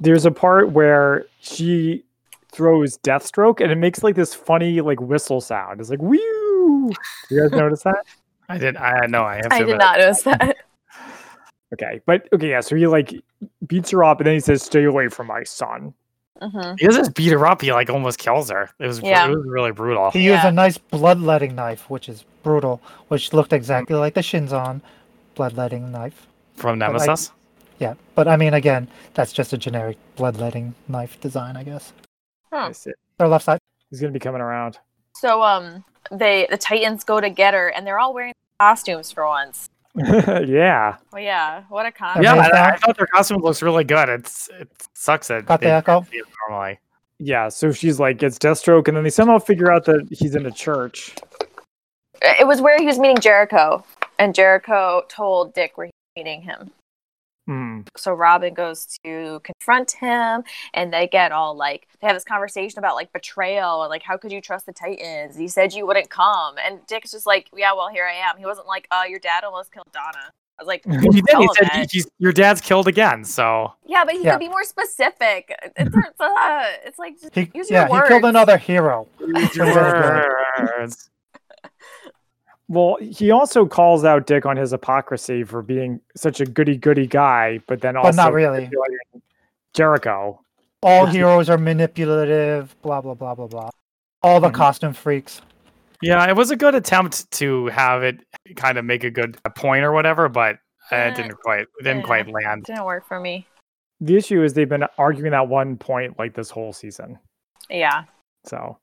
there's a part where she throws Deathstroke and it makes like this funny like whistle sound. It's like woo. You guys notice that?
I did. I know. I have to.
I
admit.
did not notice that.
Okay, but okay, yeah. So he like beats her up and then he says, "Stay away from my son."
hmm
He doesn't just beat her up. He like almost kills her. It was. br-
Yeah.
It was really brutal.
He used
Yeah.
a nice bloodletting knife, which is brutal, which looked exactly like the Shinzon bloodletting knife.
From
like-
Nemesis.
Yeah, but I mean, again, that's just a generic bloodletting knife design, I guess.
Huh.
That's it.
Their left side.
He's gonna be coming around.
So um, they the Titans go to get her, and they're all wearing costumes for once.
yeah.
Well, yeah, what a con.
That
yeah,
makes
I, I
sense.
thought their costume looks really good. It's it sucks that
Got
they
the echo?
can't see it normally.
Yeah. So she's like, it's Deathstroke, and then they somehow figure out that he's in a church.
It was where he was meeting Jericho, and Jericho told Dick where he was meeting him.
Hmm.
So Robin goes to confront him, and they get all like they have this conversation about like betrayal and like how could you trust the Titans? He said you wouldn't come, and Dick's just like, yeah, well here I am. He wasn't like, uh, your dad almost killed Donna. I was like,
Well, he did.
tell
He
him
said
that.
he- he's, your dad's killed again. So
yeah, but he
Yeah.
could be more specific. It turns, uh, it's like just
He,
use your
yeah, he killed
words.
another hero.
Your words.
Well, he also calls out Dick on his hypocrisy for being such a goody goody guy, but then also
But not really.
manipulating Jericho.
All
Yeah.
heroes are manipulative, blah, blah, blah, blah, blah. All the
Mhm.
costume freaks.
yeah, it was a good attempt to have it kind of make a good point or whatever, but uh,
Yeah.
it didn't quite it didn't
Yeah.
quite land.
eh, Didn't work for me.
The issue is they've been arguing that one point like this whole season.
Yeah.
So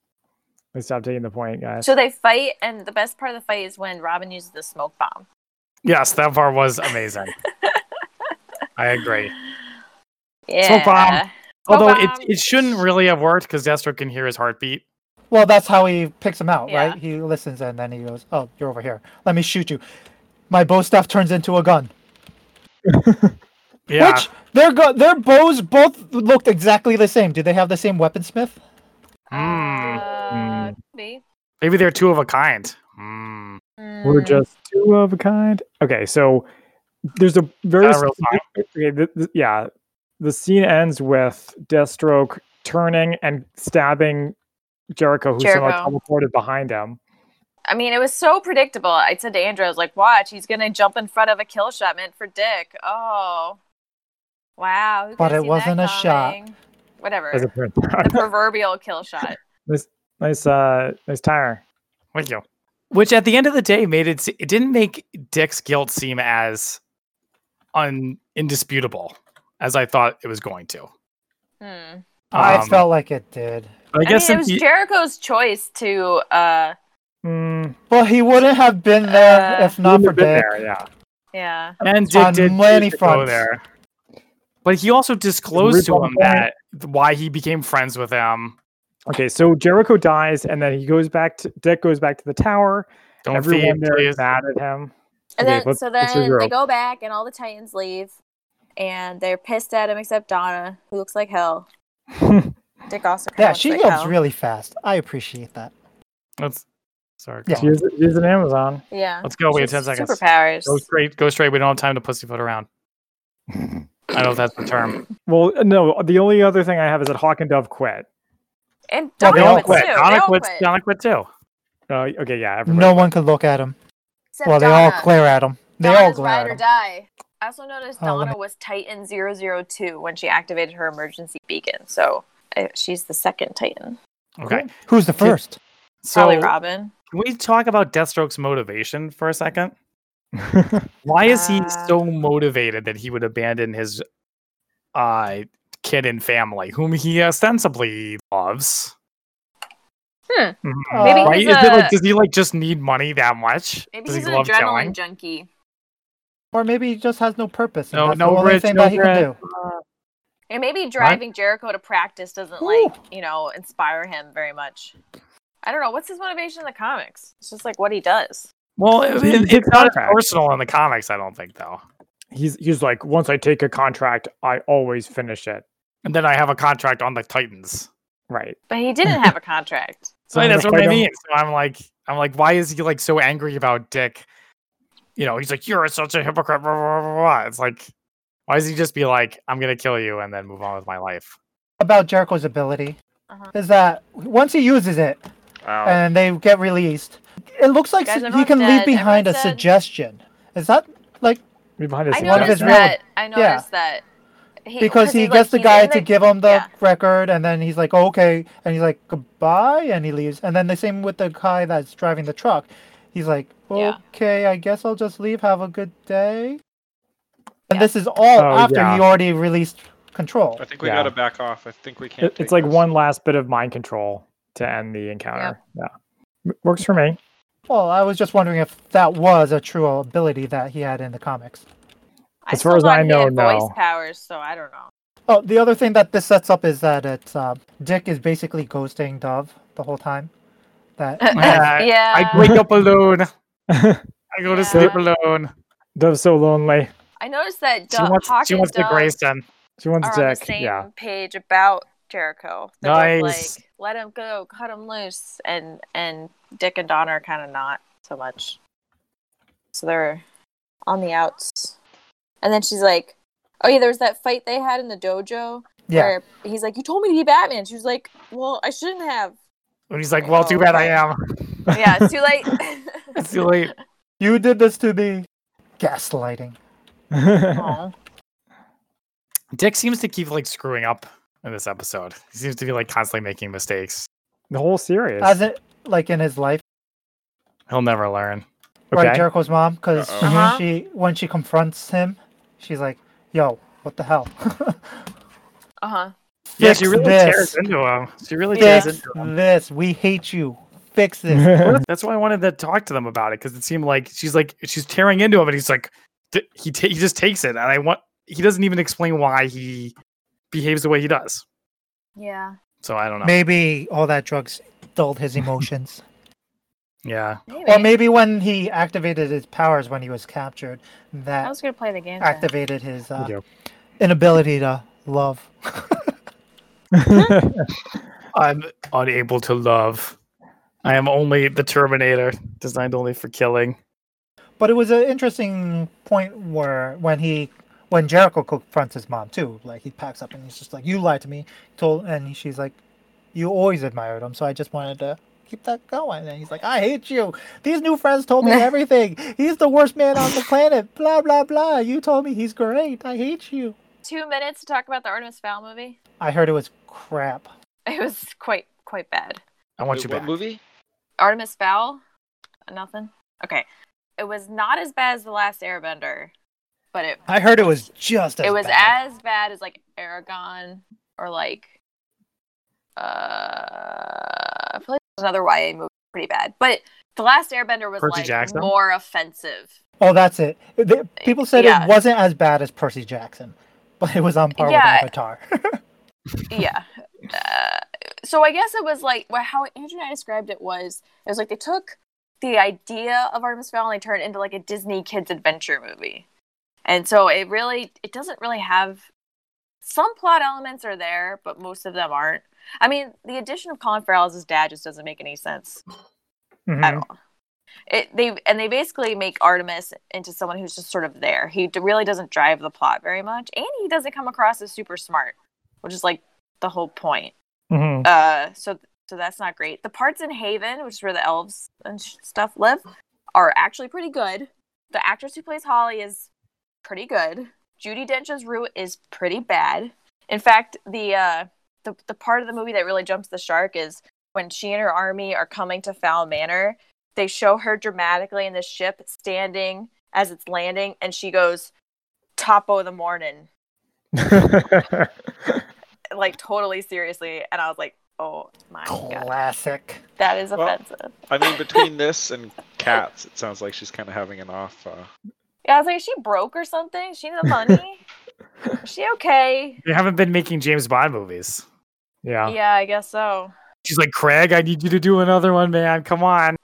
they stopped taking the point, guys.
So they fight, and the best part of the fight is when Robin uses the smoke bomb.
Yes, that part was amazing. I agree.
Yeah.
Smoke bomb.
Smoke
Although it,
bomb.
it shouldn't really have worked because Deathstroke can hear his heartbeat.
Well, that's how he picks them out,
Yeah.
right? He listens and then he goes, Oh, you're over here. Let me shoot you. My bow staff turns into a gun.
Yeah,
Which their gu- their bows both looked exactly the same. Did they have the same weaponsmith?
Mm.
Uh, could be.
maybe they're two of a kind. Mm.
We're
Mm.
just two of a kind. Okay, so there's a very
Got a real
specific- okay, th- th- yeah. The scene ends with Deathstroke turning and stabbing Jericho, who's somehow
Jericho.
teleported behind him.
I mean, it was so predictable. I said to Andrew, I was like, watch, he's going to jump in front of a kill shot meant for Dick. Oh. Wow. who
But
could've
it
seen
wasn't
that
a shot.
coming? Whatever.
As it turns out.
the proverbial kill shot.
nice, uh, nice tire.
Thank you. Which at the end of the day made it. se- It didn't make Dick's guilt seem as un indisputable as I thought it was going to.
Hmm.
I
Um,
felt like it did.
I
I,
guess
mean, it
if
was
he-
Jericho's choice to uh,
Mm,
Well, he wouldn't have been there
Uh,
if not
wouldn't
for
have been
Dick.
there, yeah.
yeah.
and Dick
on
did
many
choose to go
fronts.
there. But he also disclosed to
Rip on
him
the
that why he became friends with him.
Okay, so Jericho dies, and then he goes back to Dick goes back to the tower.
Don't
Everyone
feed,
there is
please.
mad at him.
And
Okay,
then,
let's-
so
let's hear
then
your
they
op-
go back, and all the Titans leave, and they're pissed at him except Donna, who looks like hell. Dick also. kinda
Yeah,
looks
she
like
heals
hell.
really fast. I appreciate that.
Let's sorry.
Yeah.
Colin.
She's, she's an Amazon.
Yeah.
Oh,
Let's go. Wait
She's
ten seconds.
Superpowers.
Go straight. Go straight. We don't have time to pussyfoot around. I don't know if that's the term.
Well, no, the only other thing I have is that Hawk and Dove quit.
And
Well,
Donna
they all
quit
quit.
too. they
Donna
all
quits.
quit.
Donna quit too.
Uh, okay, yeah, everybody.
No one could look at him.
Except
Well, they all
Donna.
glare at him. They all
Donna's
glare
ride
at
or
him.
die. I also noticed
Oh, let
Donna was Titan 002 when she activated her emergency beacon, so uh, she's the second Titan.
Okay.
Who's the first?
So
Probably
can
Robin.
we talk about Deathstroke's motivation for a second? Why is he so
Uh.
motivated that he would abandon his uh kid and family, whom he ostensibly loves?
Mhm.
Uh,
Maybe
Mm. Right?
he's
Is it
a-
like does he like just need money that much?
Maybe
does
he's
he
an
love
adrenaline
killing?
junkie.
Or maybe he just has no purpose. and
No,
that's
no
the only
rich,
thing
no
that he can
bread.
do.
And maybe driving Jericho to practice doesn't
Ooh.
like, you know, inspire him very much. I don't know what's his motivation in the comics. It's just like what he does.
Well, it,
He-
it-
he
it's not as
contracts.
personal in the comics, I don't think, though.
He's he's like, once I take a contract, I always finish it.
And then I have a contract on the Titans.
Right.
But he didn't have a contract.
So
I'm
that's
gonna
what I
fight him.
mean. So I'm like, I'm like, why is he like so angry about Dick? You know, he's like, you're such a hypocrite. Blah, blah, blah, blah. It's like, why does he just be like, I'm gonna kill you and then move on with my life?
about Jericho's ability
Uh-huh.
is that once he uses it
Wow.
and they get released, it looks like
Guys,
su- he
everyone's
can
dead,
leave behind a
everyone's dead.
suggestion. Is that like
Be Behind his
I
one of
noticed
his real-
that. I noticed that. He,
because he,
like,
gets the
he's
guy
in
to give him the
yeah.
record and then he's like "Oh, okay and he's like goodbye and he leaves and then the same with the guy that's driving the truck he's like
Yeah.
okay i guess i'll just leave have a good day and
Yeah.
this is all
Oh,
after
yeah.
he already released control
I think we
Yeah.
gotta back off. I think we can't.
It-
take
it's like
this.
one last bit of mind control to end the encounter. Yeah. W- Works for me.
well i was just wondering if that was a true ability that he had in the comics
As far
still
as
thought
I
he
know,
had
no.
Voice powers, so I don't know.
Oh, the other thing that this sets up is that it's uh, Dick is basically ghosting Dove the whole time. That
Yeah.
yeah.
I wake up alone. I go
Yeah.
to sleep alone.
Dove's so lonely.
I noticed that
She
Doug,
wants,
Hawk
she
and
wants to
Doug
grace him.
She wants
are on the
Dick.
same
Yeah.
page about Jericho. They're both
Nice.
like, let him go, cut him loose, and and Dick and Donna are kind of not so much. So they're on the outs. And then she's like, "Oh yeah, there was that fight they had in the dojo."
yeah,
Where he's like, "You told me to be Batman." She was like, "Well, I shouldn't have."
And he's like, well, too bad I am.
Yeah, it's too late.
It's too late.
you did this to me. Gaslighting.
Aw.
Dick seems to keep like screwing up in this episode. He seems to be like constantly making mistakes.
the whole series.
As it like in his life,
He'll never learn.
right?
Okay.
Jericho's mom, because
Uh-oh.
Uh-huh.
she when she confronts him, she's like, "Yo, what the hell?
Uh huh.
Yeah,
Fix
she really
this.
tears into him. She really tears
Fix
into him.
this. We hate you. Fix this."
That's why I wanted to talk to them about it because it seemed like she's like she's tearing into him, and he's like th- he ta- he just takes it, and I want he doesn't even explain why he behaves the way he does.
Yeah.
So I don't know.
Maybe all that drugs dulled his emotions.
Yeah,
Maybe.
or maybe when he activated his powers when he was captured,
I
that
was gonna play the game. then.
activated his uh,
Video.
inability to love.
I'm unable to love. I am only the Terminator, designed only for killing.
but it was an interesting point where when he when Jericho confronts his mom too, like he packs up and he's just like, "You lied to me," told, and she's like, "You always admired him, so I just wanted to." Keep that going, and he's like, "I hate you. These new friends told me everything. He's the worst man on the planet. Blah blah blah. You told me he's great. I hate you.
Two minutes to talk about the Artemis Fowl movie.
I heard it was crap.
It was quite quite bad.
I want
Wait,
you
what
back.
movie?
Artemis Fowl? Nothing? Okay. It was not as bad as The Last Airbender, but it
I heard it was just. As
it was
bad.
as bad as like Aragon or like uh I feel like there's another YA movie pretty bad. But The Last Airbender was
Percy
like
Jackson?
more offensive.
Oh, that's it. The- people said
Yeah.
it wasn't as bad as Percy Jackson, but it was on par
Yeah.
with Avatar.
yeah. Uh, so I guess it was like well, how Andrew and I described it was it was like they took the idea of Artemis Fowl and they turned it into like a Disney kids adventure movie, and so it really it doesn't really have some plot elements are there, but most of them aren't. I mean, the addition of Colin Farrell as his dad just doesn't make any sense at
Mhm.
all. It, they and they basically make Artemis into someone who's just sort of there. He d- really doesn't drive the plot very much, and he doesn't come across as super smart, which is like the whole point.
Mhm.
Uh, so so that's not great. The parts in Haven, which is where the elves and sh- stuff live, are actually pretty good. The actress who plays Holly is pretty good. Judy Dench's Rue is pretty bad. In fact, the uh, the the part of the movie that really jumps the shark is when she and her army are coming to Foul Manor. They show her dramatically in the ship standing as it's landing, and she goes, "Topo the morning," like totally seriously. And I was like, "Oh my god."
Classic.
That is
Well-
offensive.
I mean, between this and Cats, it sounds like she's kind of having an off. Uh,
yeah, I was like, is she broke or something? She needs the money. is she okay?
They haven't been making James Bond movies.
yeah.
Yeah, I guess so.
She's like, Craig, I need you to do another one, man. Come on.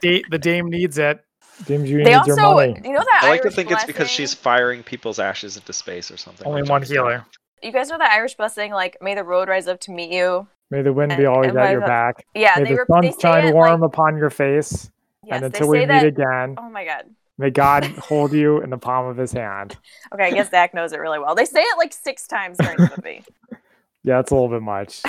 Da- the dame needs it.
James, you
they
need your
also,
money.
you know that
I like to
Irish
think it's because
blessing?
she's firing people's ashes into space or something.
Only
which
one
is-
healer.
You guys know the Irish blessing, like "May the road rise up to meet you."
May the wind be
and-
always
and
at
by
your
the-
back.
Yeah,
May
they,
the
re- they
sun
say
shine
it,
warm
like,
upon your face.
yes,
and
they
until
say
we meet
that.
again,
Oh my god.
may God hold you in the palm of his hand.
Okay, I guess Zach knows it really well. They say it like six times during the movie.
Yeah, that's a little bit much.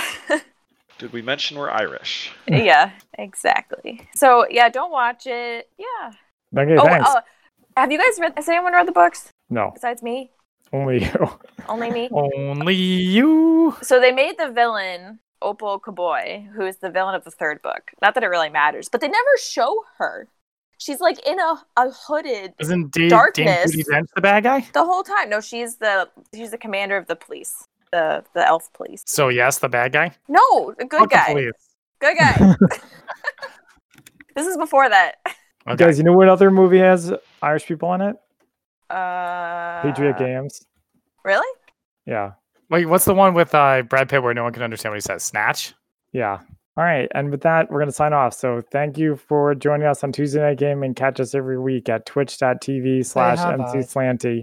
Did we mention we're Irish?
yeah, exactly. So yeah, don't watch it. Yeah.
Okay,
oh,
thanks.
uh, have you guys read? Has anyone read the books
no,
besides me?
only you.
Only me.
Only you.
So they made the villain Opal Kaboy, who is the villain of the third book. Not that it really matters, but they never show her. She's like in a, a hooded
Isn't Dave, Dame
Darkness.
Judy Dench the bad guy?
the whole time. No, she's the she's the commander of the police, the the elf police.
So, yes, the bad guy.
No, the good
Fuck the
guy,
police.
good guy. this is before that.
Okay.
Guys, you know what other movie has Irish people in it?
Uh,
Patriot Games.
Really?
Yeah,
Wait, what's the one with uh, Brad Pitt where no one can understand what he says? Snatch?
yeah. All right, and with that, we're going to sign off. So thank you for joining us on Tuesday Night Game and catch us every week at twitch.tv slash
hi,
MC Slanty.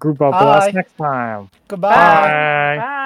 Group up with
Hi.
us next time.
Goodbye.
Bye. Bye.